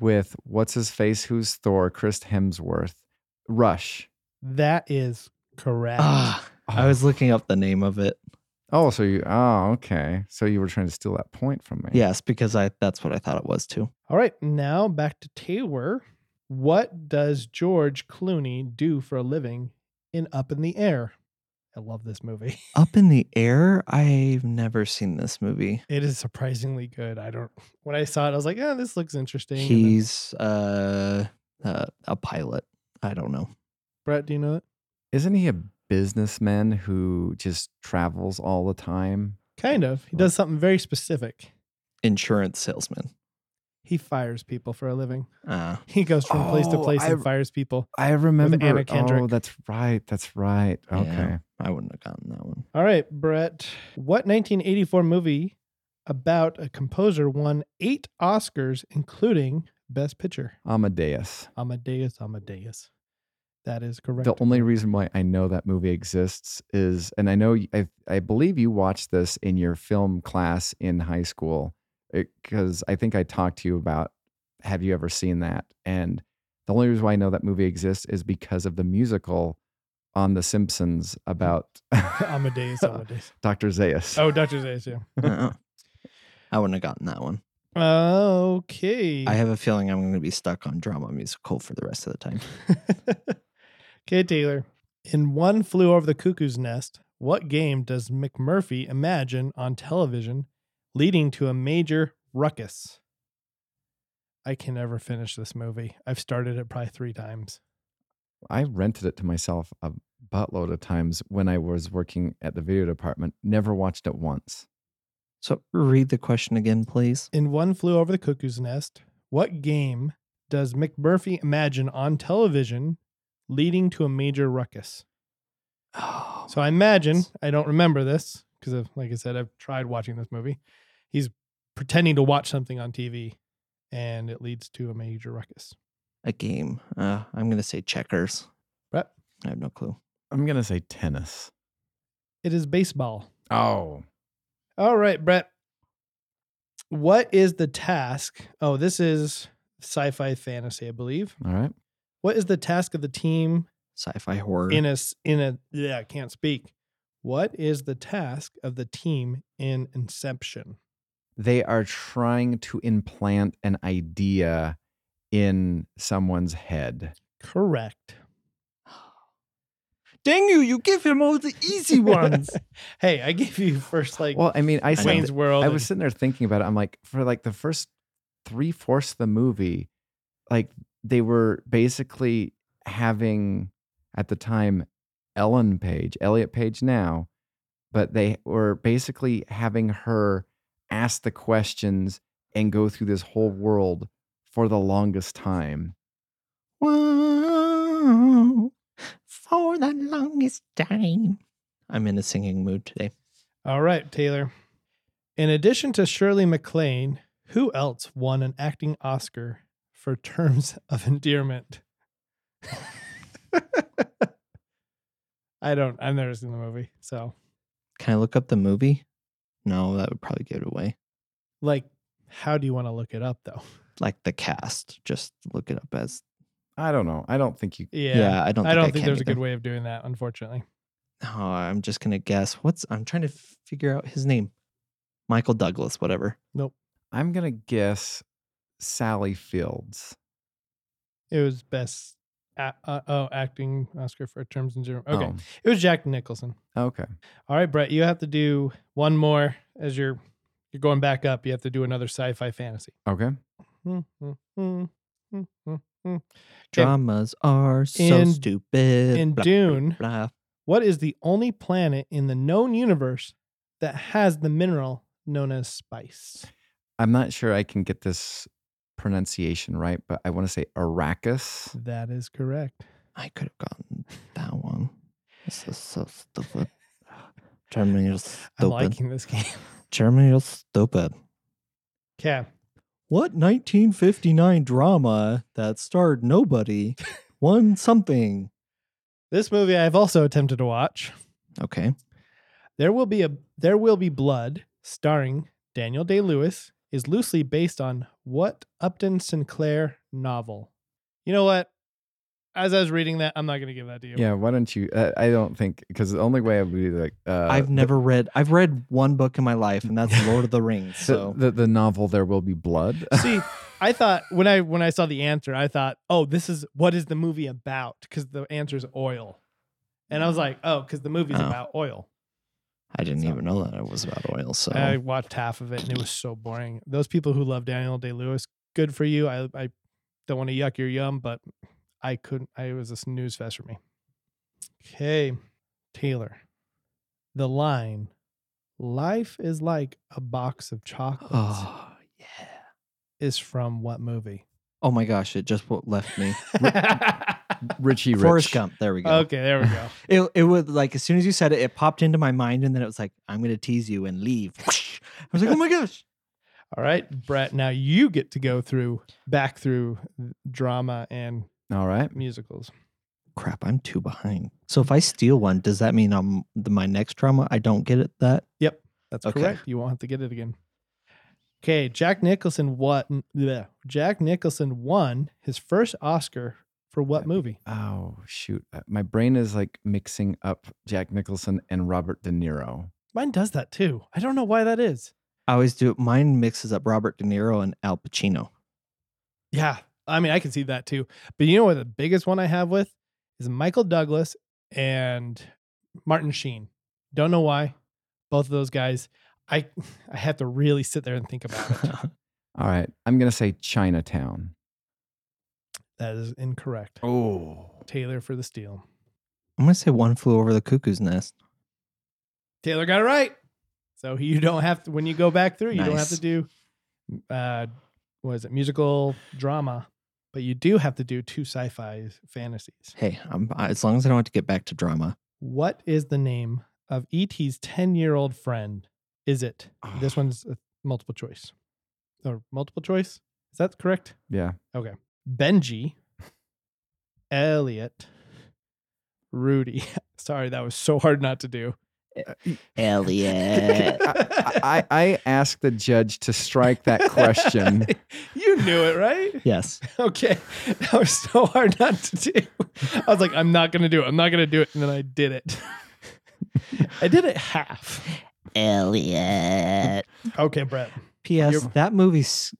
with what's his face, who's Thor, Chris Hemsworth, Rush. That is correct. Ah, I was looking up the name of it. Oh, so you oh okay, so you were trying to steal that point from me? Yes, because I that's what I thought it was too. All right, now back to Taylor. What does George Clooney do for a living in Up in the Air? I love this movie. Up in the air. I've never seen this movie. It is surprisingly good. I don't. When I saw it, I was like, "Yeah, this looks interesting." And then- He's uh, uh a pilot. I don't know. Brett, do you know it? Isn't he a businessman who just travels all the time? Kind of. He does something very specific. Insurance salesman. He fires people for a living. Uh He goes from place to Oh, place and I- fires people. I remember. Anna Oh, Kendrick. that's right. That's right. Yeah. Okay. I wouldn't have gotten that one. All right, Brett. What 1984 movie about a composer won eight Oscars, including Best Picture? Amadeus. Amadeus, Amadeus. That is correct. The only reason why I know that movie exists is, and I know y- I, I believe you watched this in your film class in high school, because I think I talked to you about have you ever seen that? And the only reason why I know that movie exists is because of the musical on The Simpsons about Amadeus, Amadeus. Dr. Zayas. Oh, Dr. Zeus, yeah. Uh-uh. I wouldn't have gotten that one. Okay. I have a feeling I'm going to be stuck on drama musical for the rest of the time. okay, Taylor. In One Flew Over the Cuckoo's Nest, what game does McMurphy imagine on television leading to a major ruckus? I can never finish this movie. I've started it probably three times. I rented it to myself a buttload of times when I was working at the video department, never watched it once. So read the question again, please. In One Flew Over the Cuckoo's Nest, what game does McMurphy imagine on television leading to a major ruckus? Oh, So I imagine, I don't remember this because, like I said, I've tried watching this movie. He's pretending to watch something on TV and it leads to a major ruckus. a game. Uh, I'm going to say checkers. Brett, I have no clue. I'm going to say tennis. it is baseball. Oh, All right, Brett. What is the task? Oh, this is sci fi fantasy, I believe. all right. What is the task of the team Sci-fi horror. in a s- in a yeah, I can't speak. What is the task of the team in Inception? They are trying to implant an idea in someone's head. Correct. Dang you! You give him all the easy ones. hey, I gave you first like well, I mean, I, know. said Wayne's World. I and- was sitting there thinking about it. I'm like, for like the first three fourths of the movie, like they were basically having at the time Ellen Page, Elliot Page now, but they were basically having her ask the questions and go through this whole world for the longest time. Wow. For the longest time. I'm in a singing mood today. All right, Taylor. In addition to Shirley MacLaine, who else won an acting Oscar for Terms of Endearment? I don't. I've never seen the movie, so Can I look up the movie? No, that would probably give it away. like, how do you want to look it up though? Like the cast, just look it up as. I don't know. I don't think you. Yeah, I don't. Think I don't I think can there's a either. good way of doing that, unfortunately. Oh, I'm just gonna guess. What's I'm trying to f- figure out his name. Michael Douglas, whatever. I'm gonna guess Sally Fields. It was best a- uh, oh acting Oscar for Terms and Zero. Okay, Oh, it was Jack Nicholson. okay. All right, Brett, you have to do one more as you're you're going back up. You have to do another sci-fi fantasy. Okay. Mm, mm, mm, mm, mm, mm. 'Kay, Dramas are so In- stupid. in blah, blah, Dune- blah. What is the only planet in the known universe that has the mineral known as spice? I'm not sure I can get this pronunciation right, but I want to say Arrakis. That is correct. I could have gotten that one. This is so stupid. Germany is I'm stupid. liking this game. Germany is stupid. Okay. What 1959 drama that starred nobody won something? This movie I've also attempted to watch. Okay. There will be a There Will Be Blood, starring Daniel Day Lewis, is loosely based on what Upton Sinclair novel? You know what? As I was reading that, I'm not gonna give that to you. Yeah, why don't you? Uh, I don't think because the only way I would be like uh, I've the- never read, I've read one book in my life, and that's Lord of the Rings. the, So the the novel there will be blood. See, I thought when I when I saw the answer, I thought, oh, this is what is the movie about? Because the answer is oil. And I was like, oh, because the movie's Oh. about oil. I didn't So- even know that it was about oil. So I watched half of it and it was so boring. Those people who love Daniel Day Lewis, good for you. I, I don't want to yuck your yum, but I couldn't. I, it was a snooze fest for me. Okay, Taylor. The line Life is like a box of chocolates oh yeah. is from what movie? Oh my gosh, it just w- left me. okay, Richie Rich. Forrest Gump. There we go. there we go. It it was like as soon as you said it, it popped into my mind, and then it was like, I'm gonna tease you and leave. I was like, oh my gosh. All right, Brett, now you get to go through back through drama and All right. musicals. Crap, I'm two behind. So if I steal one, does that mean I'm the, my next drama? I don't get it. That Yep, that's Okay. correct. You won't have to get it again. Okay, Jack Nicholson what bleh. Jack Nicholson won his first Oscar for what movie? Oh shoot, Uh, my brain is like mixing up Jack Nicholson and Robert De Niro. Mine does that too. I don't know why that is. I always do. Mine mixes up Robert De Niro and Al Pacino. Yeah, I mean I can see that too. But you know what the biggest one I have with is Michael Douglas and Martin Sheen. Don't know why. Both of those guys, I I have to really sit there and think about it. All right, I'm gonna say Chinatown. That is incorrect. Oh, Taylor for the steal. I'm gonna say one flew over the cuckoo's nest. Taylor got it right. So you don't have to when you go back through, you don't have Nice. to do uh what is it, musical drama, but you do have to do two sci-fi fantasies. Hey, I'm, I- as long as I don't have to get back to drama. What is the name of E.T.'s 10-year-old friend? Is it this one's a multiple choice. Or multiple choice? Is that correct? yeah. Benji, Elliot, Rudy. Sorry, that was so hard not to do. Elliot. I, I asked the judge to strike that question. you knew it, right? yes. Okay. That was so hard not to do. I was like, I'm not going to do it. I'm not going to do it. And then I did it. I did it half. Elliot. Okay, Brett. P.S. You're- that movie s-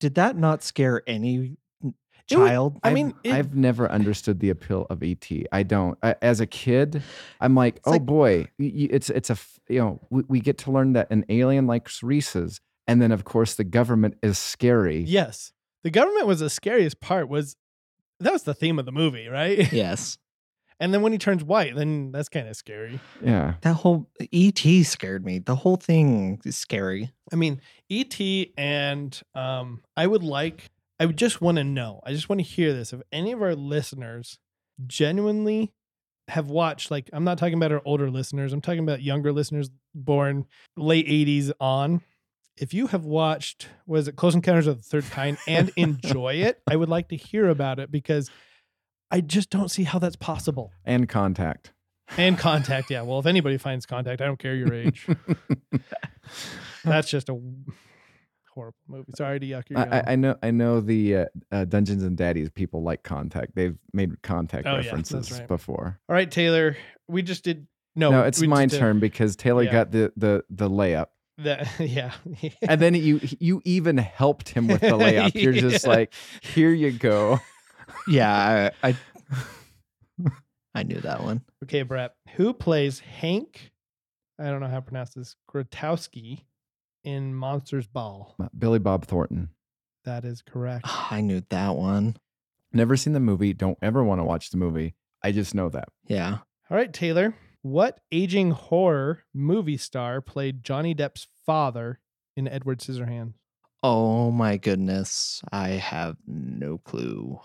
did that not scare any n- It would- child? I mean, it- I've never understood the appeal of ET. I don't. I, as a kid, I'm like, oh like- boy, y- y- it's it's a f- you know we, we get to learn that an alien likes Reese's, and then of course the government is scary. Yes. The government was the scariest part was that was the theme of the movie, right? yes. And then when he turns white, then that's kind of scary. Yeah. That whole E.T. scared me. The whole thing is scary. I mean, ET and um, I would like, I would just want to know, I just want to hear this. If any of our listeners genuinely have watched, like, I'm not talking about our older listeners, I'm talking about younger listeners born late 80s on. If you have watched, was it Close Encounters of the Third Kind and enjoy it, I would like to hear about it because I just don't see how that's possible. And contact. And contact, yeah. Well, if anybody finds contact, I don't care your age. That's just a horrible movie. Sorry to yuck your I, I- yum. I know. I know the uh, uh, Dungeons and Daddies people like contact. They've made contact Oh, yeah, that's references right. before. All right, Taylor. We just did no. No, it's we my did the- turn because Taylor yeah. got the the the layup. The, yeah. and then you you even helped him with the layup. You're just Yeah. like, here you go. Yeah, I I, I knew that one. okay, Brett. Who plays Hank? I don't know how to pronounce this. Grotowski in Monsters Ball. Billy Bob Thornton. That is correct. I knew that one. Never seen the movie. Don't ever want to watch the movie. I just know that. Yeah. All right, Taylor. What aging horror movie star played Johnny Depp's father in Edward Scissorhands? Oh my goodness. I have no clue.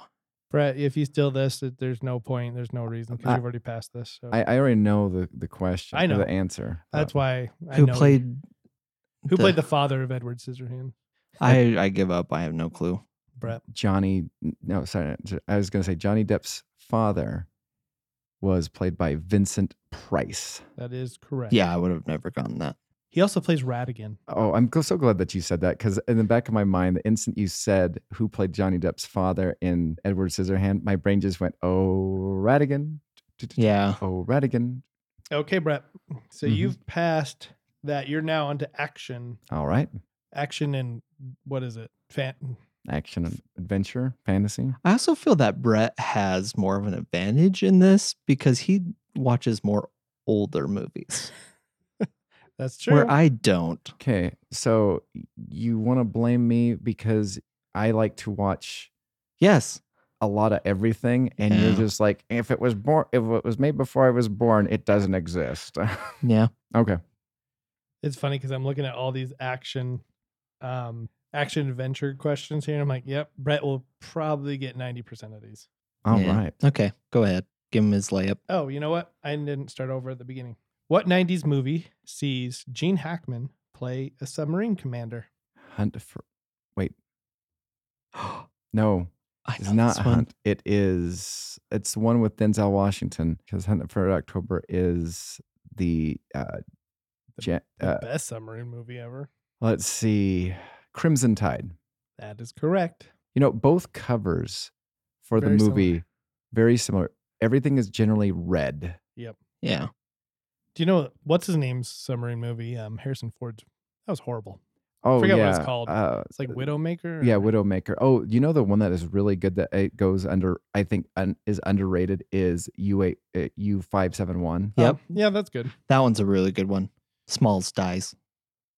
Brett, if you steal this, it- there's no point. There's no reason because I- you've already passed this. So uh, I, I already know the, the question. I or know. the answer. Uh, that's why I Who know- played who played the father of Edward Scissorhands. I, I give up. I have no clue. Brett, Johnny. No, sorry. I was going to say Johnny Depp's father was played by Vincent Price. that is correct. Yeah, I would have never gotten that. he also plays Radigan. Oh, I'm go- so glad that you said that because in the back of my mind, the instant you said who played Johnny Depp's father in Edward Scissorhand, my brain just went, "Oh, Radigan, Yeah. oh, Radigan." Okay, Brett. So Mm-hmm. Mhm. you've passed that. You're now onto action. All right, Action and what is it? Fan- action, and adventure, fantasy. I also feel that Brett has more of an advantage in this because he watches more older movies That's true. where I don't. Okay, so you want to blame me because I like to watch Yes. a lot of everything, and you're Yeah. just like, if it was born, if it was made before I was born, it doesn't exist. Yeah. okay, it's funny because I'm looking at all these action, um, action adventure questions here. And I'm like, yep, Brett will probably get 90% of these. all right. Yeah. Okay. Go ahead. Give him his layup. Oh, you know what? I didn't start over at the beginning. What 90s movie sees Gene Hackman play a submarine commander? Hunt for. Wait. no, I it's know not this one. Hunt. It is. It's the one with Denzel Washington because Hunt for Red October is the. Uh, ja- The uh, best submarine movie ever. let's see, Crimson Tide. That is correct. You know, both covers for the Very similar. movie very similar. Everything is generally red. Yeah. Do you know what's his name's submarine movie? Um, Harrison Ford's. That was horrible. Oh, forget yeah. what it's called. Uh, It's like Widowmaker. or- yeah, Widowmaker. Oh, you know the one that is really good that it goes under. I think un, is underrated is U eight uh, U five seven one. Oh, Yep. yeah, that's good. That one's a really good one. Smalls dies.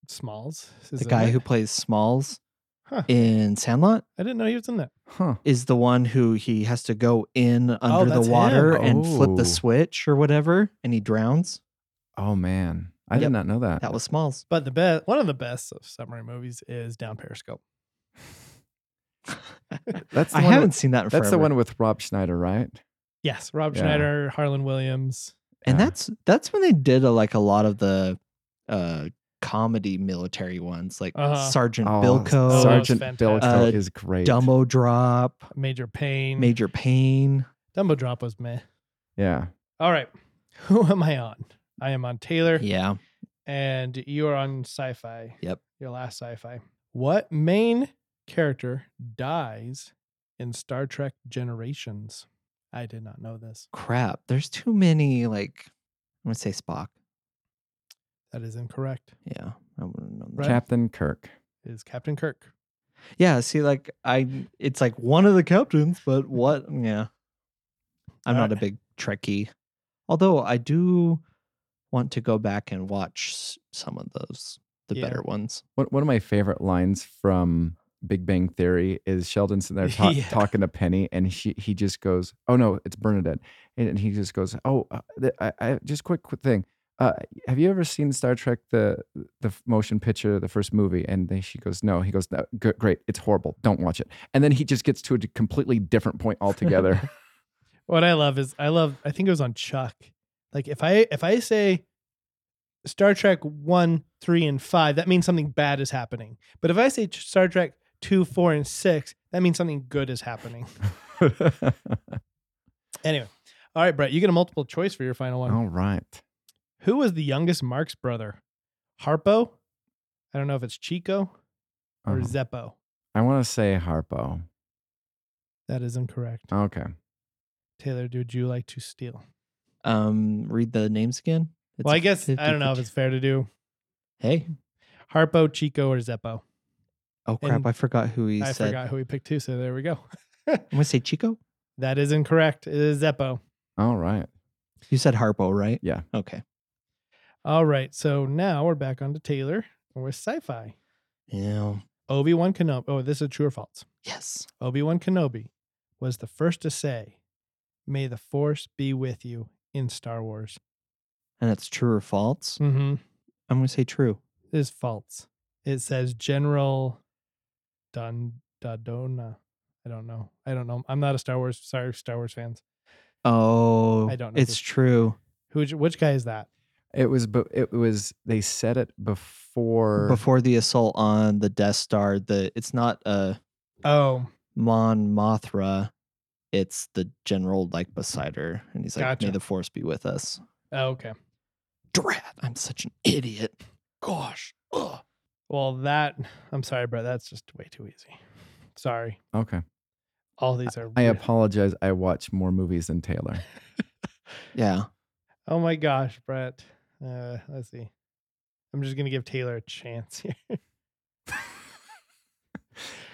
Smalls. is The in guy it. who plays Smalls Huh. in Sandlot I didn't know he was in that. Huh. is the one who he has to go in under that's the water him. and flip Oh. the switch or whatever, and he drowns. Oh man, I did Yep. not know that. That was Smalls. But the best, one of the best of submarine movies is Down Periscope. That's the I one haven't with- seen that in That's the forever. one with Rob Schneider, right? Yes, Rob Yeah. Schneider, Harlan Williams. and Yeah. that's that's when they did a, like a lot of the uh comedy military ones like Uh-huh. sergeant Oh, Sarge- bilko Sergeant fantastic. Bilko Uh, is great. dumbo drop Major Payne. major Payne. Dumbo Drop was meh. Yeah. All right. Who am I on? I am on Taylor, yeah and you are on sci fi. Yep. Your last sci fi. What main character dies in Star Trek Generations? I did not know this. crap there's too many like i'm gonna say spock That is incorrect. yeah i wouldn't know that. Right. Captain Kirk. It is Captain Kirk. yeah see like i it's like one of the captains but what yeah i'm All not a big trekkie although i do want to go back and watch s- some of those the Yeah. better ones One, one of my favorite lines from Big Bang Theory is Sheldon sitting there ta- Yeah. talking to Penny, and she he just goes, "Oh no, it's Bernadette," and, and he just goes, "Oh, uh, th- I, I just quick, quick thing." Uh, have you ever seen Star Trek the the f- motion picture, the first movie? And then she goes, "No." He goes, no, g- "Great, it's horrible. Don't watch it." And then he just gets to a d- completely different point altogether. What I love is I love I think it was on Chuck. Like if I if I say Star Trek 1, 3 and 5, that means something bad is happening. But if I say Ch- Star Trek 2, 4 and 6, that means something good is happening. Anyway. All right, Brett, you get a multiple choice for your final one. Oh. All right. Who was the youngest Marx brother? Harpo? I don't know if it's Chico or Uh-huh. Zeppo. I want to say Harpo. That is incorrect. Okay. Taylor, would you like to steal? um read the names again It's well, a I guess I don't know if 50-50. it's fair to do hey Harpo, Chico, or Zeppo. oh crap And i forgot who he I said forgot who we picked too, so there we go. i'm gonna say chico That is incorrect. It is Zeppo. All right. you said harpo right Yeah. okay All right. So now we're back onto Taylor with sci fi. yeah Obi Wan Kenobi. Oh, this is true or false. yes Obi Wan Kenobi was the first to say, May the Force be with you in Star Wars. and it's true or false Mm-hmm. Mm hmm. i'm gonna say true It is false. It says General Dundadona. I don't know. I don't know. I'm not a Star Wars. Sorry, Star Wars fans. Oh, I don't know It's this- true. Who? Which guy is that? It was, but it was. They said it before. Before the assault on the Death Star, the it's not a Oh, Mon Mothra. It's the general like beside her, and he's like, Gotcha. "May the Force be with us." oh, okay. Drat! I'm such an idiot. Gosh. Ugh. Well, that. I'm sorry, bro. That's just way too easy. Sorry. Okay, All these are. I re- apologize. I watch more movies than Taylor. Yeah. Oh my gosh, Brett. Uh, let's see. I'm just gonna give Taylor a chance here.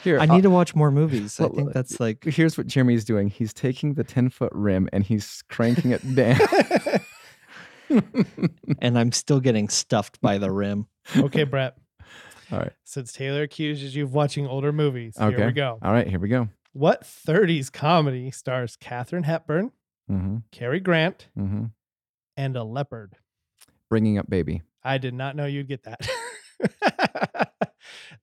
Here, uh I need to watch more movies. I Well, think that's like Here's what Jeremy's doing. He's taking the ten foot rim and he's cranking it down. and I'm still getting stuffed by the rim. okay, Brett. All right. Since Taylor accuses you of watching older movies, here Okay. we go. All right. Here we go. What 30s comedy stars Katherine Hepburn, hmm Cary Grant, hmm and a leopard? Bringing up baby. I did not know you'd get that.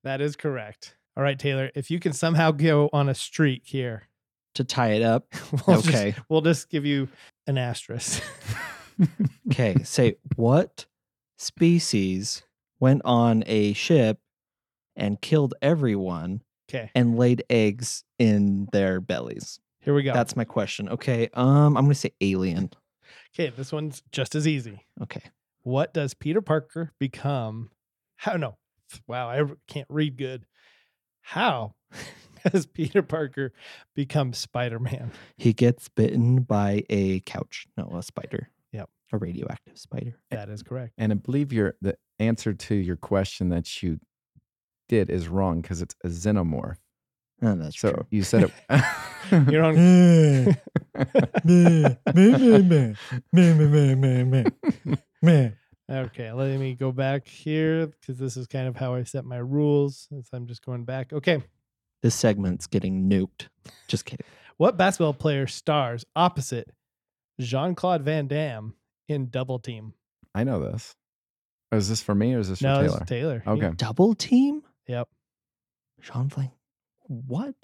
that is correct. All right, Taylor, if you can somehow go on a streak here, To tie it up. we'll just- okay. we'll just give you an asterisk. Okay. Say what species went on a ship and killed everyone okay, and laid eggs in their bellies? here we go. That's my question. Okay. Um, I'm gonna say alien. okay, this one's just as easy. Okay. What does Peter Parker become? How, no, wow, I can't read good. How does Peter Parker become Spider Man? He gets bitten by a couch. No, a spider. Yep. A radioactive spider. That is correct. And I believe your the answer to your question that you did is wrong because it's a xenomorph. Oh, that's so true. you said it. You're on. Meh, meh, meh, meh, meh, meh, meh, meh, meh, meh. Okay, let me go back here because this is kind of how I set my rules. Since I'm just going back. Okay, This segment's getting nuked. Just kidding. what basketball player stars opposite Jean Claude Van Damme in Double Team? I know this. Oh, Is this for me or is this for no, Taylor? it's Taylor. He- Okay. Double team? Yep. Sean Flank. What?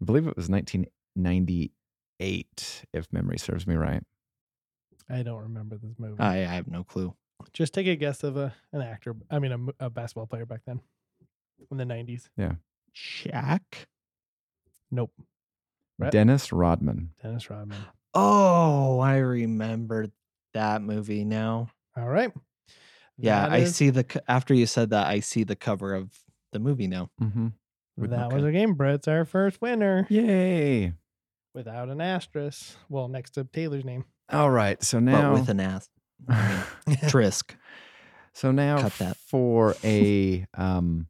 I believe it was 1998, if memory serves me right. I don't remember this movie. I, I have no clue. Just take a guess of a an actor. I mean, a m- a, basketball player back then in the '90s. Shaq? Nope. Brett? Dennis Rodman. Dennis Rodman. Oh, I remember that movie now. All right. Yeah, That I is- see the co- after you said that, I see the cover of the movie now. Mm-hmm. with That Luka. was a game. Brett's our first winner Yay. without an asterisk. Well, next to Taylor's name. All right. So But now. with an ass. I mean, Trisk. So now Cut that. for a um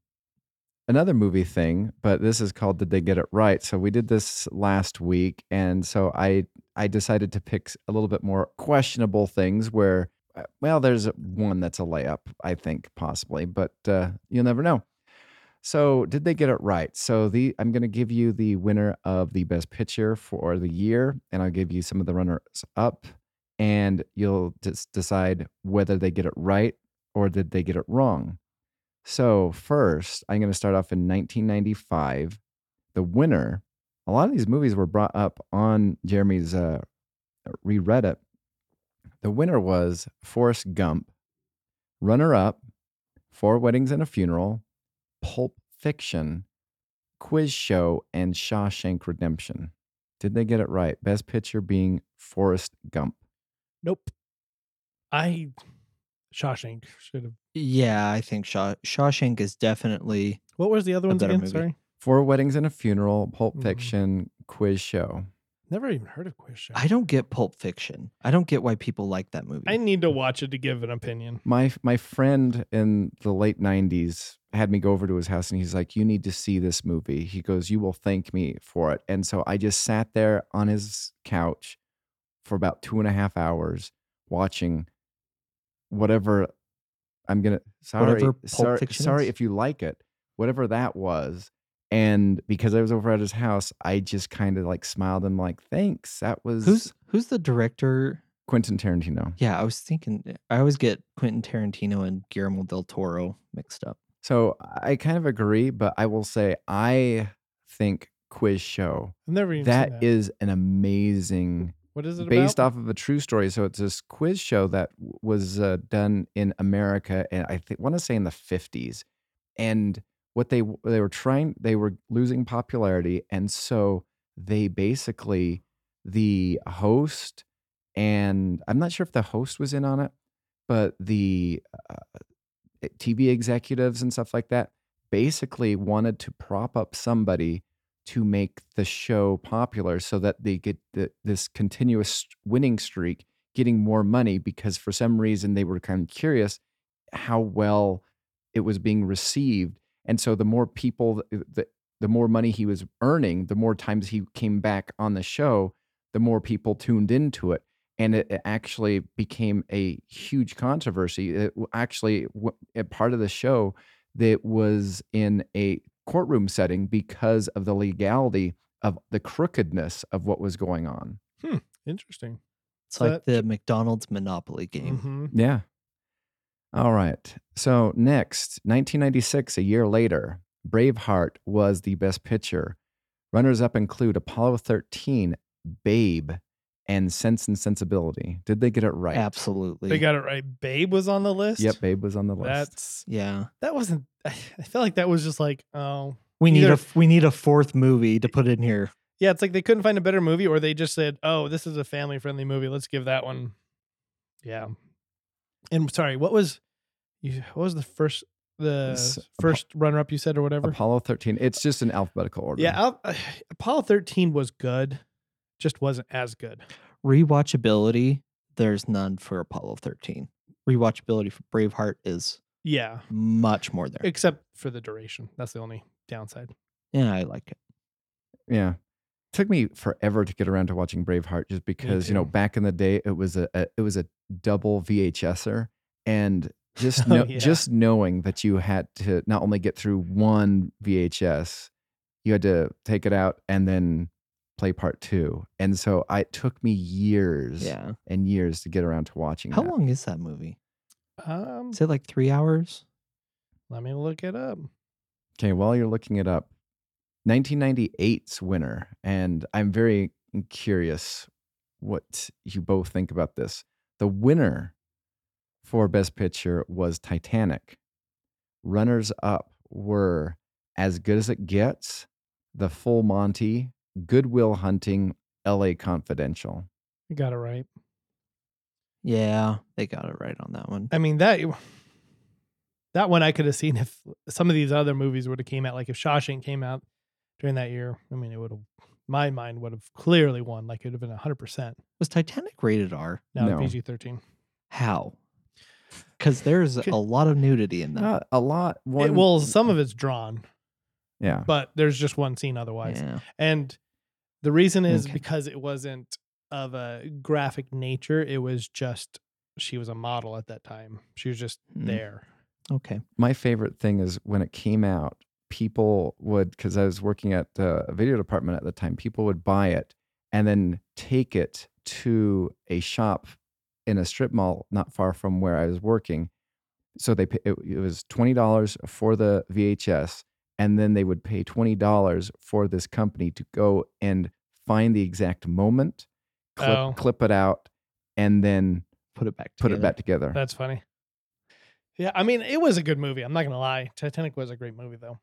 another movie thing, but this is called Did They Get It Right? So we did this last week and so I I decided to pick a little bit more questionable things where uh, well there's one that's a layup, I think possibly, but uh you'll never know. So did they get it right? So the I'm going to give you the winner of the best picture for the year and I'll give you some of the runners up and you'll just decide whether they get it right or did they get it wrong? So, first, I'm going to start off in 1995. The winner, a lot of these movies were brought up on Jeremy's uh, reread it. The winner was Forrest Gump, runner up, Four Weddings and a Funeral, Pulp Fiction, Quiz Show, and Shawshank Redemption. Did they get it right? Best picture being Forrest Gump. Nope. I Shawshank should have. Yeah, I think Shaw- Shawshank is definitely What was the other ones better again? movie. Sorry, Four Weddings and a Funeral, Pulp Mhm. Fiction, Quiz Show. never even heard of Quiz Show. I don't get Pulp Fiction. I don't get why people like that movie. I need to watch it to give an opinion. My my friend in the late '90s had me go over to his house, and he's like, "You need to see this movie." He goes, "You will thank me for it." And so I just sat there on his couch for about two and a half hours watching whatever. I'm gonna sorry Whatever Pulp sorry Fiction sorry is? if you like it, whatever that was. And because I was over at his house, I just kind of like smiled and like, "Thanks." That was who's who's the director? Quentin Tarantino. eh, Yeah, I was thinking I always get Quentin Tarantino and Guillermo del Toro mixed up. So I kind of agree, but I will say I think quiz show I've never even seen that is an amazing what is it based about? off of a true story. So it's this quiz show that w- was uh, done in America, and I th- want to say in the fifties. And what they w- they were trying, they were losing popularity, and so they basically the host and I'm not sure if the host was in on it, but the uh, e- TV executives and stuff like that basically wanted to prop up somebody to make the show popular so that they get the, this continuous st- winning streak, getting more money because for some reason they were kind of curious how well it was being received. And so the more people, th- the, the more money he was earning, the more times he came back on the show, the more people tuned into it. And it it actually became a huge controversy. It w- actually, w- a part of the show that was in a courtroom setting because of the legality of the crookedness of what was going on. Interesting. It's So that- like the McDonald's Monopoly game. hmm Yeah. All right. So next, 1996, a year later, Braveheart was the best picture. Runners up include Apollo 13, Babe, and Sense and Sensibility. Did they get it right? Absolutely. They got it right. Babe was on the list. Yep, Babe was on the list. That's yeah. that wasn't. I felt like that was just like oh We need Either- a f- we need a fourth movie to put in here. yeah. It's like they couldn't find a better movie, or they just said oh this is a family friendly movie. Let's give that one. Yeah. And sorry, what was you? What was the first the S- Apo- first runner up you said or whatever? Apollo 13. It's just in alphabetical order. Yeah, Al- uh, Apollo thirteen was good, just wasn't as good. Rewatchability, there's none for Apollo 13. Rewatchability for Braveheart is Yeah, much more there. except for the duration. That's the only downside. Yeah, I like it. Yeah. Took me forever to get around to watching Braveheart just because, you know, too. back in the day it was a, a it was a double VHSer and just Oh, know, yeah. just knowing that you had to not only get through one VHS, you had to take it out and then play part 2. And so I, it took me years Yeah. and years to get around to watching How that. long is that movie? Um, Is it like three hours? let me look it up. Okay, while you're looking it up, 1998's winner, and I'm very curious what you both think about this. The winner for Best Picture was Titanic. Runners up were As Good as It Gets, The Full Monty, Goodwill Hunting, LA Confidential. You got it right. Yeah, they got it right on that one. I mean that that one I could have seen if some of these other movies would have came out. Like if Shawshank came out during that year, I mean it would have. My mind would have clearly won. Like it would have been hundred percent. Was Titanic rated R? Now No. PG thirteen. How? Because there's a Could- lot of nudity in that. Not a lot. One, Well, some of it's drawn, yeah. but there's just one scene otherwise. yeah. And the reason is Okay. because it wasn't of a graphic nature. It was just she was a model at that time. She was just Mm. there. Okay. my favorite thing is when it came out, people would, because I was working at uh, a video department at the time, people would buy it and then take it to a shop in a strip mall not far from where I was working. So they pa- it, it was twenty dollars for the VHS, and then they would pay twenty dollars for this company to go and find the exact moment, clip, Oh. clip it out, and then Put it back. put together. it back together. That's funny. Yeah, I mean, it was a good movie. I'm not gonna lie. Titanic was a great movie, though.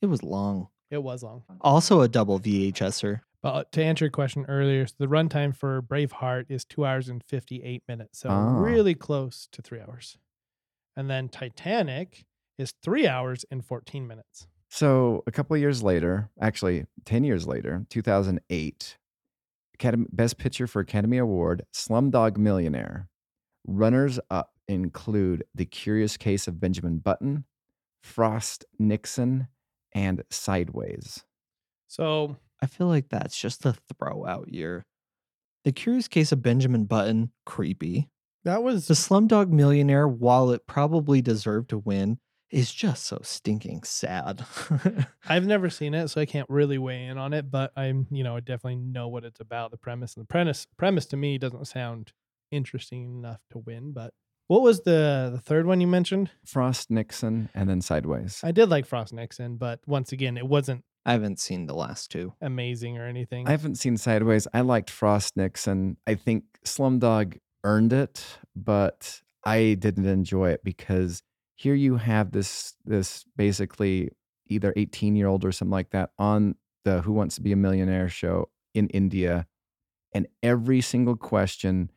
It was long. It was long. Also a double VHSer. But to answer your question earlier, so the runtime for Braveheart is two hours and 58 minutes. So Ah. really close to three hours. And then Titanic is three hours and 14 minutes. So a couple of years later, actually 10 years later, 2008, Academy, Best Picture for Academy Award, Slumdog Millionaire. Runners up include The Curious Case of Benjamin Button, Frost Nixon, and Sideways. So I feel like that's just a throwout year. The Curious Case of Benjamin Button, creepy. that was The Slumdog Millionaire, while it probably deserved to win, is just so stinking sad. I've never seen it, so I can't really weigh in on it. But I'm, you know, I definitely know what it's about, the premise, and the premise premise to me doesn't sound interesting enough to win. But What was the the third one you mentioned? Frost Nixon and then Sideways. I did like Frost Nixon, but once again, it wasn't I haven't seen the last two. amazing or anything. I haven't seen Sideways. I liked Frost Nixon. I think Slumdog earned it, but I didn't enjoy it because here you have this this basically either 18 year old or something like that on the Who Wants to Be a Millionaire show in India, and every single question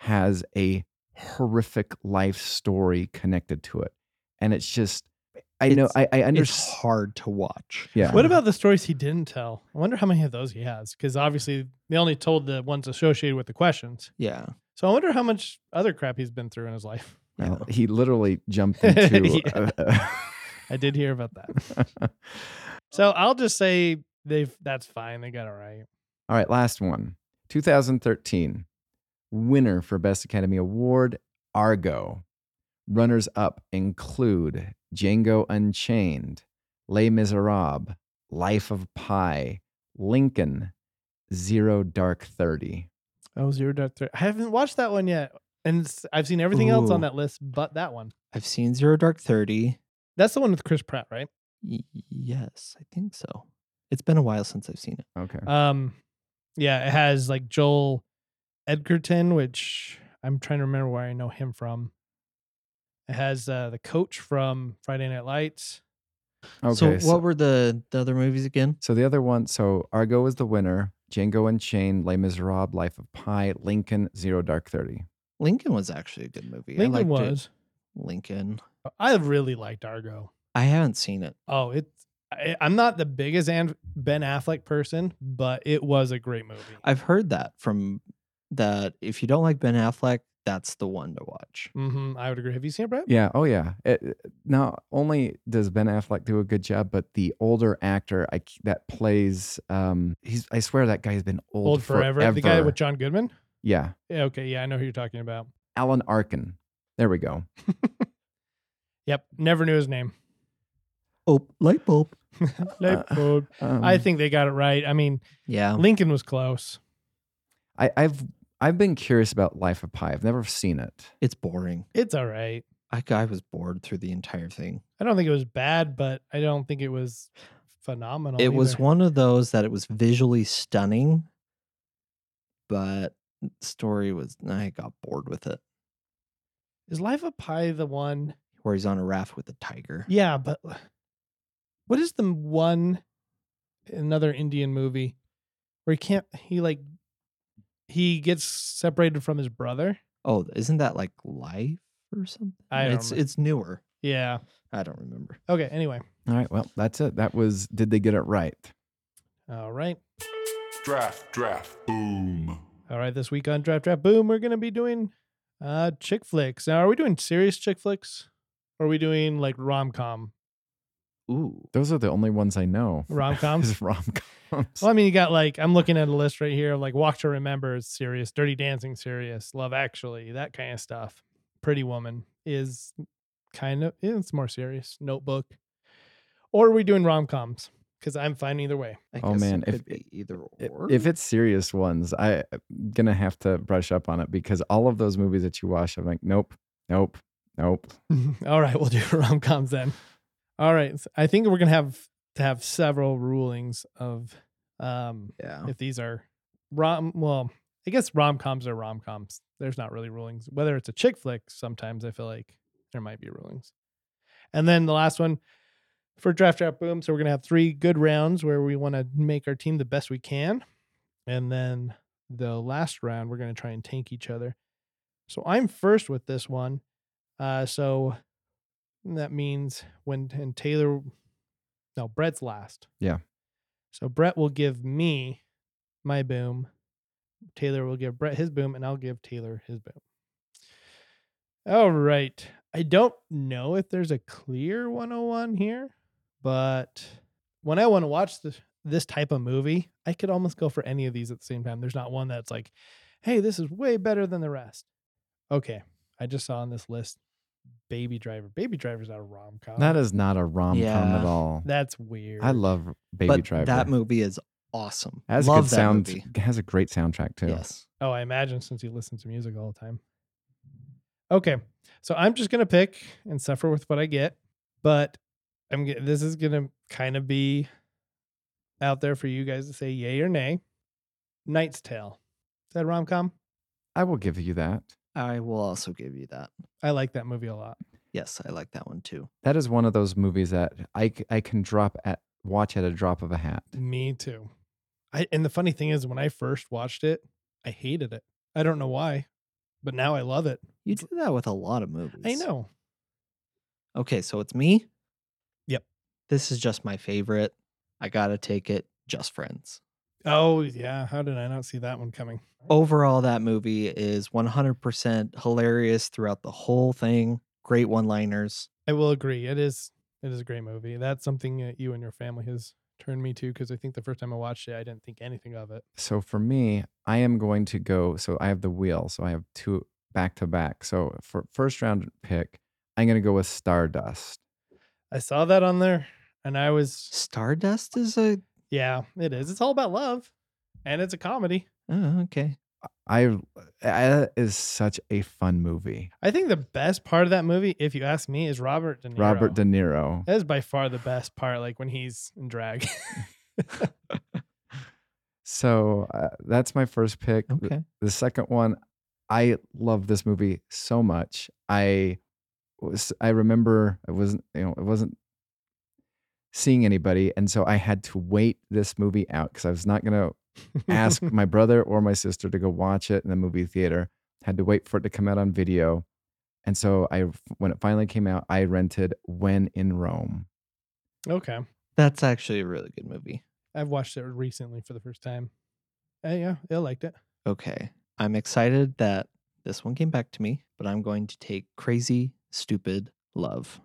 has a horrific life story connected to it, and it's just. I know. It's- I, I It's understand. hard to watch. Yeah. what about the stories he didn't tell? I wonder how many of those he has, because obviously they only told the ones associated with the questions. Yeah. So I wonder how much other crap he's been through in his life. Well, he literally jumped into. Yeah. I did hear about that. a- So I'll just say they've that's fine. They got it right. All right, last one. 2013, winner for Best Academy Award, Argo. Runners up include Django Unchained, Les Miserables, Life of Pi, Lincoln, Zero Dark Thirty. Oh, zero dot three. I haven't watched that one yet, and it's, I've seen everything else on Ooh. that list but that one. I've seen Zero Dark Thirty. That's the one with Chris Pratt, right? Y- yes, I think so. It's been a while since I've seen it. Okay. Um, yeah, it has like Joel Edgerton, which I'm trying to remember where I know him from. It has uh, the coach from Friday Night Lights. okay. so what were the, the other movies again? So the other one, so Argo was the winner, Django Unchained, Les Miserables, Life of Pi, Lincoln, Zero Dark Thirty. Lincoln was actually a good movie. I Lincoln liked it. was. Lincoln. I really liked Argo. I haven't seen it. Oh, it. I, I'm not the biggest and Ben Affleck person, but it was a great movie. I've heard that from that if you don't like Ben Affleck, that's the one to watch. hmm I would agree. Have you seen it, Brett? Yeah. Oh, yeah. It, it- not only does Ben Affleck do a good job, but the older actor I, c- that plays, um, he's I swear that guy has been old, Old forever. The guy with John Goodman. yeah, Yeah, okay, yeah, I know who you're talking about. Alan Arkin. There we go. Yep, never knew his name. Oh, light bulb. Light Uh, bulb. I Um, think they got it right. I mean, Yeah. Lincoln was close. I, I've I've been curious about Life of Pi. I've never seen it. It's boring. It's all right. I, I was bored through the entire thing. I don't think it was bad, but I don't think it was phenomenal. it was either. one of those that it was visually stunning, but story was I got bored with it. Is Life of Pi the one? Where he's on a raft with a tiger. Yeah, but uh, what is the one another Indian movie where he can't he like he gets separated from his brother? Oh, isn't that like life or something? I don't it's remember. it's newer. Yeah. I don't remember. Okay, anyway. All right. Well, that's it. That was. Did they get it right? All right. Draft, draft, boom. All right, this week on Draft Draft Boom, we're gonna be doing uh chick flicks. Now, are we doing serious chick flicks? Or are we doing like rom com? Ooh. Those are the only ones I know. Rom-coms? rom coms. Well, I mean, you got like I'm looking at a list right here of like Walk to Remember is serious, Dirty Dancing serious, Love Actually, that kind of stuff. Pretty Woman is kind of yeah, it's more serious. Notebook, or are we doing rom coms? Because I'm fine either way. I Oh, guess man, it if- could be either I- or. If it's serious ones, I- I'm gonna have to brush up on it because all of those movies that you watch, I'm like, nope, nope, nope. All right, we'll do rom coms then. All right, s- I think we're gonna have to have several rulings of um yeah. if these are rom. Well, I guess rom coms are rom coms. There's not really rulings. Whether it's a chick flick, sometimes I feel like there might be rulings. And then the last one for draft draft boom. So we're gonna have three good rounds where we want to make our team the best we can, and then the last round we're gonna try and tank each other. So I'm first with this one. Uh, so that means when and Taylor, no, Brett's last. Yeah. So Brett will give me my boom. Taylor will give Brett his boom, and I'll give Taylor his boom. All right. I don't know if there's a clear 101 here, but when I want to watch this this type of movie, I could almost go for any of these at the same time. There's not one that's like, hey, this is way better than the rest. Okay. I just saw on this list Baby Driver. Baby Driver's not a rom com. That is not a rom com Uh, Yeah. at all. that's weird. I love Baby but Driver. that movie is awesome. has a Love good that sound. movie. Has a great soundtrack too. Yes. Oh, I imagine since he listens to music all the time. Okay. So I'm just going to pick and suffer with what I get, but I'm ge- this is going to kind of be out there for you guys to say yay or nay. Knight's Tale. Is that rom com? I will give you that. I will also give you that. I like that movie a lot. Yes, I like that one too. That is one of those movies that I, c- I can drop at watch at a drop of a hat. Mm. Me too. I and the funny thing is when I first watched it, I hated it. I don't know why, but now I love it. You do that with a lot of movies. I know. Okay, so it's me. Yep. This is just my favorite. I gotta take it. Just friends. Oh, yeah, how did I not see that one coming? Overall, that movie is 100% hilarious throughout the whole thing. Great one-liners. I will agree. It is it is a great movie. That's something that you and your family has turned me to because I think the first time I watched it, I didn't think anything of it. So for me, I am going to go. So I have the wheel. So I have two back to back. So for first round pick, I'm going to go with Stardust. I saw that on there and I was Stardust is a yeah, it is. It's all about love and it's a comedy. oh, okay. I, I that is such a fun movie. I think the best part of that movie, if you ask me, is Robert De Niro. Robert De Niro. That is by far the best part, like when he's in drag. So uh, that's my first pick. Th- Okay. The second one, I love this movie so much. I was I remember I wasn't you know I wasn't seeing anybody, and so I had to wait this movie out because I was not gonna ask my brother or my sister to go watch it in the movie theater. Had to wait for it to come out on video, and so I when it finally came out, I rented When in Rome. okay. That's actually a really good movie. I've watched it recently for the first time. Uh, yeah, I liked it. Okay. I'm excited that this one came back to me, but I'm going to take Crazy Stupid Love.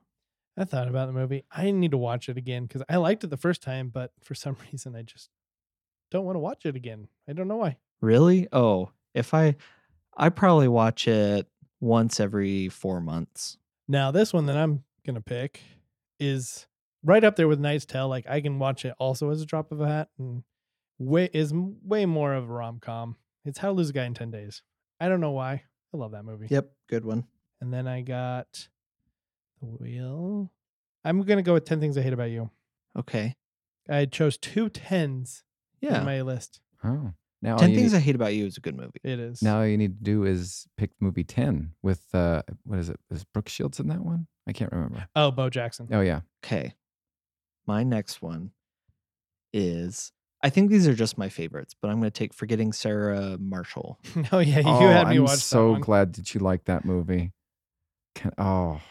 I thought about the movie. I need to watch it again because I liked it the first time, but for some reason I just don't want to watch it again. I don't know why. Really? Oh, if I I probably watch it once every 4 months. Now this one that I'm gonna pick is right up there with Knight's Tale. Like I can watch it also as a drop of a hat, and way is m- way more of a rom com. It's How to Lose a Guy in Ten Days. I don't know why. I love that movie. Yep, good one. And then I got the wheel. I'm gonna go with Ten Things I Hate About You. Okay. I chose two tens Yeah. in my list. Oh, now all 10 you Things need- I Hate About You is a good movie. It is Now all you need to do is pick movie ten with uh, what is it? Is Brooke Shields in that one? I can't remember. oh Bo Jackson. Oh yeah, Okay. My next one is I think these are just my favorites, but I'm going to take Forgetting Sarah Marshall. oh yeah, you oh, had me I'm watch so that one. glad that you like that movie. Can, oh,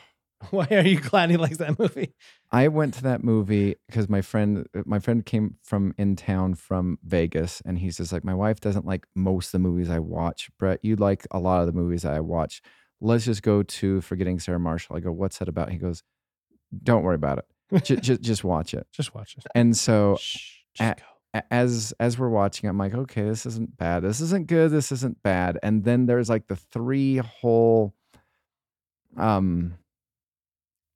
Why are you glad he likes that movie? I went to that movie because my friend uh, my friend came from in town from Vegas, and he's just like, my wife doesn't like most of the movies I watch. Brett, you like a lot of the movies that I watch. Let's just go to Forgetting Sarah Marshall. I go, what's that about? He goes, don't worry about it. Just, just, just watch it. eh. Just watch it. And so Oh, Shh, at- just go. a- as as we're watching i'm like okay this isn't bad this isn't good this isn't bad and then there's like the three whole um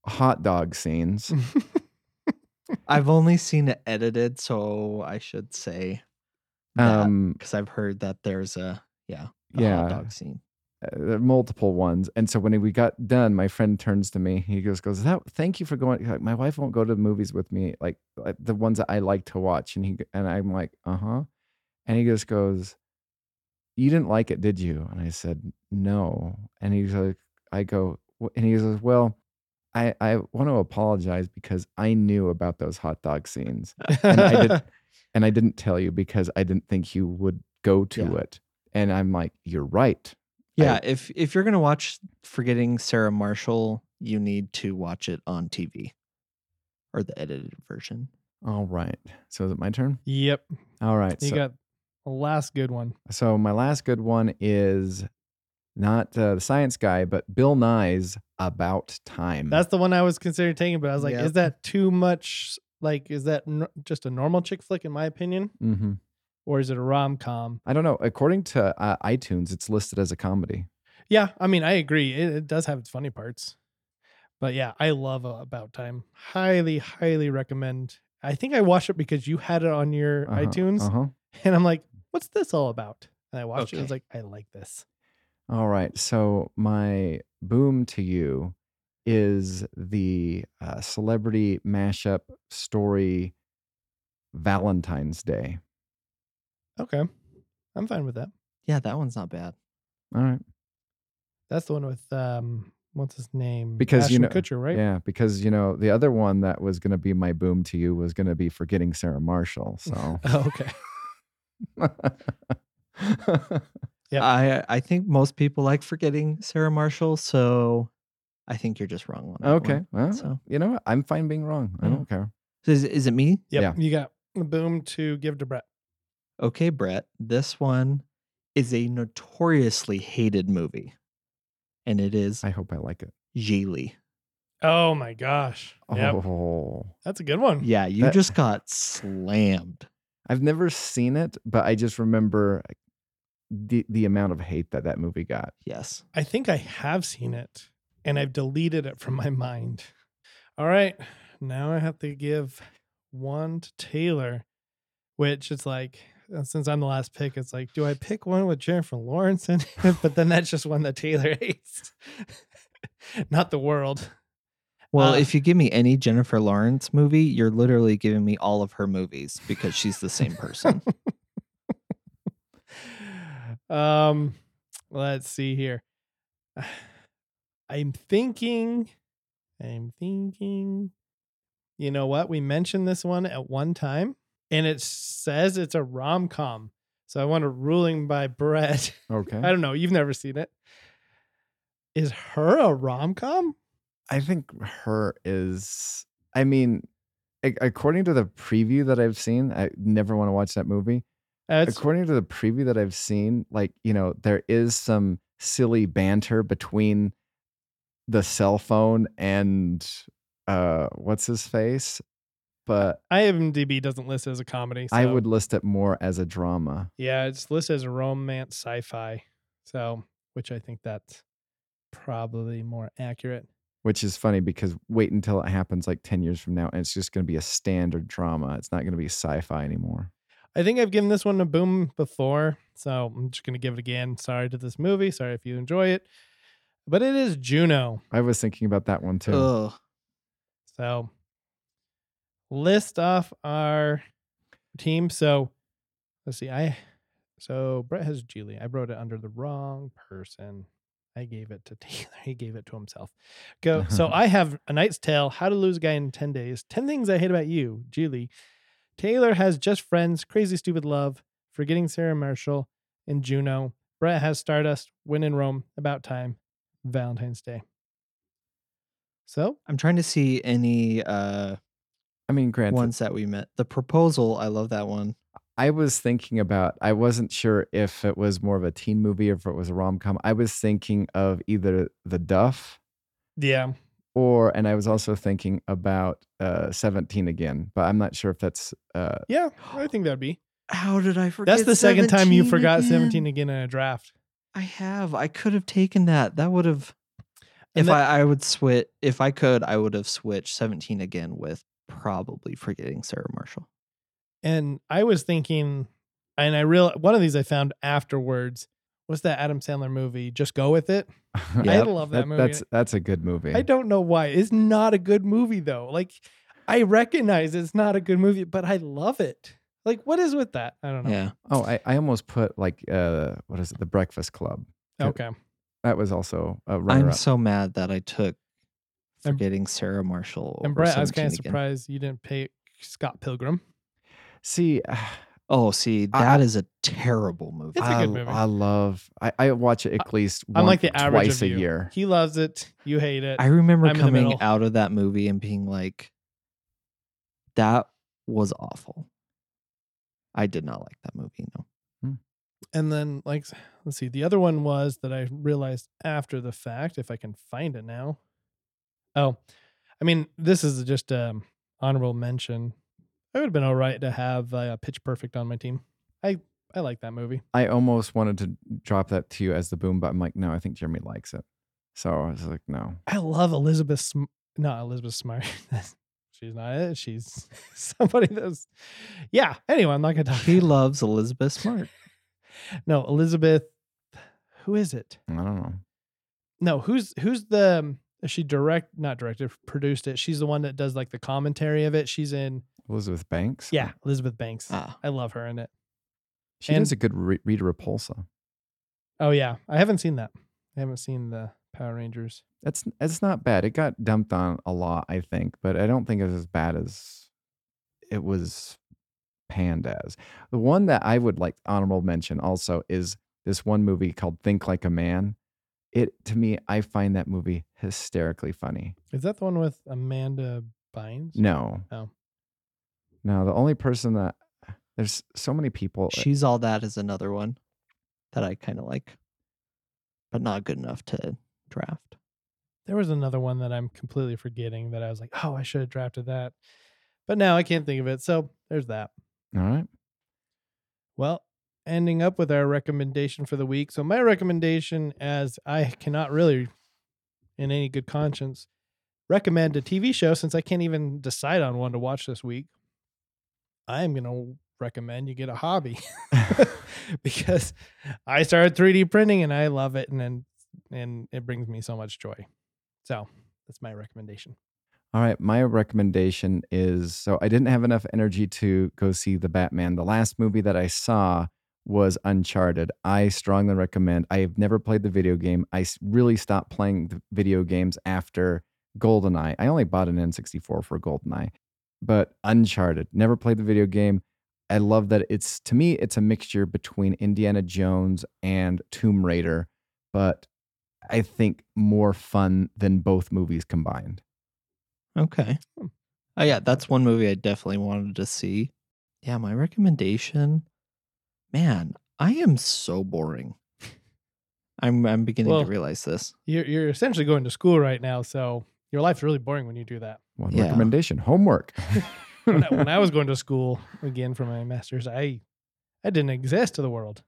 hot dog scenes I've only seen it edited, so I should say that um because I've heard that there's a yeah a Yeah. hot dog scene. uh, there are multiple ones and so when we got done my friend turns to me he goes goes that thank you for going like, my wife won't go to the movies with me like, like the ones that i like to watch and he g- and i'm like uh-huh and he just goes you didn't like it did you and i said no and he's like i go "Wh-" and he goes well i i want to apologize because i knew about those hot dog scenes and i did and i didn't tell you because i didn't think you would go to Yeah. it and i'm like you're right Yeah, if if you're gonna watch Forgetting Sarah Marshall, you need to watch it on TV or the edited version. All right. So is it my turn? yep, All right. you So, got the last good one. so my last good one is not uh, the science guy, but Bill Nye's About Time. That's the one I was considering taking, but I was like, Yep. is that too much? Like, is that n- just a normal chick flick in my opinion, hmm or is it a rom com? I don't know. According to uh, iTunes, it's listed as a comedy. Yeah, I mean, I agree. It, it does have its funny parts, but yeah, I love uh, About Time. Highly, highly recommend. I think I watched it because you had it on your Uh-huh, iTunes, Uh-huh. and I'm like, what's this all about? And I watched it. I was Okay. like, I like this. All right. So my Boom to You is the uh, celebrity mashup story Valentine's Day. Okay. I'm fine with that. Yeah, that one's not bad. All right. That's the one with um what's his name? Because, you Ashton know- Kutcher, right? Yeah, because you know the other one that was going to be my boom to you was going to be forgetting Sarah Marshall. So Oh, okay. Yep. I I think most people like forgetting Sarah Marshall, so I think you're just wrong on that okay, one. well, So you know what? I'm fine being wrong. I Yeah. don't care. is is it me? Yep. Yeah. You got the boom to give to Brett. Okay, Brett. This one is a notoriously hated movie, and it is I hope I like it. Geely. Oh my gosh. Yep. Oh, That's a good one. Yeah, you That- just got slammed. I've never seen it, but I just remember the the amount of hate that that movie got. Yes. I think I have seen it and I've deleted it from my mind. All right. Now I have to give one to Taylor, which it's like, uh, since I'm the last pick, it's like, do I pick one with Jennifer Lawrence in it? But then that's just one that Taylor hates. Not the world. Well, Uh, if you give me any Jennifer Lawrence movie, you're literally giving me all of her movies because she's the same person. um, let's see here. I'm thinking, I'm thinking. You know what? We mentioned this one at one time, and it says it's a rom com. So I want a ruling by Brett. Okay, I don't know. You've never seen it. Is her a rom com? I think her is. I mean, a- according to the preview that I've seen, I never want to watch that movie. That's according to the preview that I've seen, like, you know, there is some silly banter between the cell phone and uh what's his face? But IMDb doesn't list it as a comedy. I so- would list it more as a drama. Yeah, it's listed as a romance sci-fi. So, which I think that's probably more accurate. Which is funny because wait until it happens like 10 years from now and it's just going to be a standard drama. It's not going to be sci fi anymore. I think I've given this one a boom before, so I'm just gonna give it again. Sorry to this movie. Sorry if you enjoy it, but it is Juno. I was thinking about that one too. Ugh. So, list off our team. So, let's see. I so Brett has Geely. I wrote it under the wrong person. I gave it to Taylor. He gave it to himself. Go. So I have A Knight's Tale, How to Lose a Guy in 10 Days, 10 Things I Hate About You, Geely. Taylor has Just Friends, Crazy Stupid Love, Forgetting Sarah Marshall, and Juno. Brett has Stardust, When in Rome, About Time, Valentine's Day. So I'm trying to see any uh I mean, granted, ones that we met. The proposal, I love that one. I was thinking about, I wasn't sure if it was more of a teen movie or if it was a rom com. I was thinking of either The Duff yeah, or, and I was also thinking about uh, 17 again, but I'm not sure if that's, uh, Yeah, I think that'd be. How did I forget? That's the second time you 17 forgot again? 17 again in a draft. I have. I could have taken that. That would have. And If that- I, I would switch, if I could, I would have switched 17 again with probably forgetting Sarah Marshall. And I was thinking, and I real one of these I found afterwards. What's that Adam Sandler movie? Just go with it. I yep, love that, movie. That's, that's a good movie. I don't know why. It's not a good movie though. Like I recognize it's not a good movie, but I love it. Like what is with that? I don't know. Yeah. oh, I, I almost put like, uh, what is it? The Breakfast Club. Okay. That was also a runner I'm up. so mad that I took And- forgetting Sarah Marshall. And over Brett, I was kind of 17 again. surprised you didn't pick Scott Pilgrim. See, Oh, see, I- that is a terrible movie. It's a I, good movie. I love, I, I watch it at least I'm once- like the average twice of you. a year. He loves it. You hate it. I remember I'm in the coming middle. out of that movie and being like, that was awful. I did not like that movie. No. And then, like, let's see. The other one was that I realized after the fact, if I can find it now. Oh, I mean, this is just um, honorable mention. It would have been all right to have uh, Pitch Perfect on my team. I I like that movie. I almost wanted to drop that to you as the boom, but I'm like, no, I think Jeremy likes it. So I was like, no. I love Elizabeth. Sm- not Elizabeth Smart. she's not it. She's somebody that's. Yeah. Anyway, I'm not gonna talk. He loves Elizabeth Smart. no, Elizabeth. Who is it? I don't know. no, who's who's the um, she direct not directed produced it. She's the one that does like the commentary of it. She's in Elizabeth Banks. yeah Elizabeth Banks. Ah, I love her in it. She and- does a good re- Rita Repulsa. Oh yeah, I haven't seen that. I haven't seen the Power Rangers. That's that's not bad. It got dumped on a lot, I think, but I don't think it was as bad as it was panned as. The one that I would like honorable mention also is this one movie called Think Like a Man. It to me, I find that movie hysterically funny. Is that the one with Amanda Bynes? No. Oh. No, the only person that there's so many people. she's all that is another one that I kind of like, but not good enough to draft. There was another one that I'm completely forgetting that I was like, oh, I should have drafted that. But now I can't think of it. So there's that. All right. Well, ending up with our recommendation for the week. So my recommendation, as I cannot really, in any good conscience, recommend a TV show since I can't even decide on one to watch this week. I'm gonna recommend you get a hobby because I started 3D printing and I love it, and and, and it brings me so much joy. So that's my recommendation. All right, my recommendation is so I didn't have enough energy to go see the Batman. The last movie that I saw was Uncharted. I strongly recommend. I have never played the video game. I s- really stopped playing the video games after GoldenEye. I only bought an N64 for GoldenEye, but Uncharted. Never played the video game. I love that it's to me it's a mixture between Indiana Jones and Tomb Raider, but I think more fun than both movies combined. Okay. Hmm. Oh yeah, that's one movie I definitely wanted to see. Yeah, my recommendation. Man, I am so boring. I'm I'm beginning Well, to realize this. You're you're essentially going to school right now, so your life's really boring when you do that. One Yeah. recommendation: homework. when, I, when I was going to school again for my master's, I I didn't exist to the world.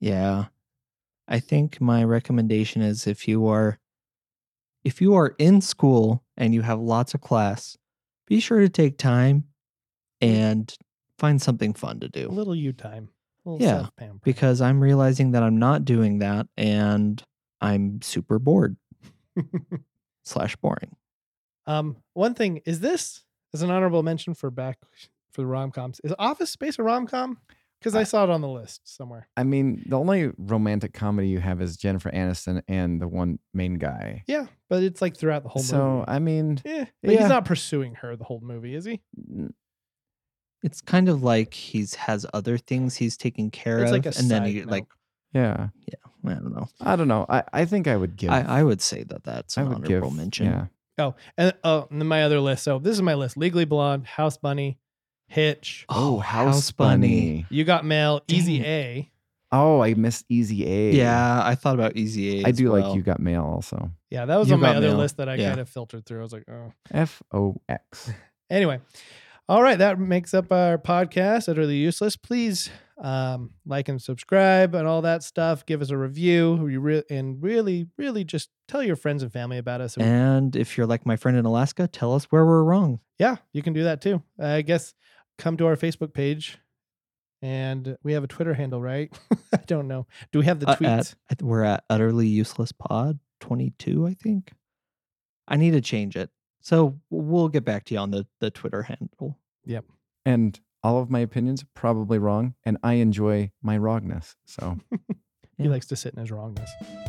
Yeah. I think my recommendation is if you are if you are in school and you have lots of class, be sure to take time and find something fun to A do little you time. A little Yeah, self-pamper. because I'm realizing that I'm not doing that and I'm super bored slash boring. um, one thing is this is an honorable mention for back for the rom coms. Is Office Space a rom com? Because I saw it on the list somewhere. I mean, the only romantic comedy you have is Jennifer Aniston and the one main guy. Yeah, but it's like throughout the whole so I mean, movie. Yeah, but yeah. he's not pursuing her the whole movie, is he? n- It's kind of like he's has other things he's taking care It's of like a and then side he note. like yeah, I don't know. I don't know. I, I think I would give. I, I would say that that's I an would honorable give. mention. Yeah, Oh, and oh, and then my other list. So this is my list: Legally Blonde, House Bunny, Hitch, Oh, House Bunny. You Got Mail, Easy Dang A. Oh, I missed Easy A. Yeah, I thought about Easy A. I as do well. like You Got Mail also. Yeah, that was You on my Got other Mail. list that I Yeah. kind of filtered through. I was like, oh. F O X. Anyway, all right, that makes up our podcast, Utterly Useless. Please um, like and subscribe and all that stuff. Give us a review. We re- and really, really just tell your friends and family about us. And- And if you're like my friend in Alaska, tell us where we're wrong. yeah, you can do that too. I guess come to our Facebook page. And we have a Twitter handle, right? I don't know. Do we have the Uh, tweets? at- at- we're at utterly useless pod 22, I think. I need to change it. So we'll get back to you on the, the Twitter handle. And all of my opinions probably wrong, and I enjoy my wrongness. So He Yeah. likes to sit in his wrongness.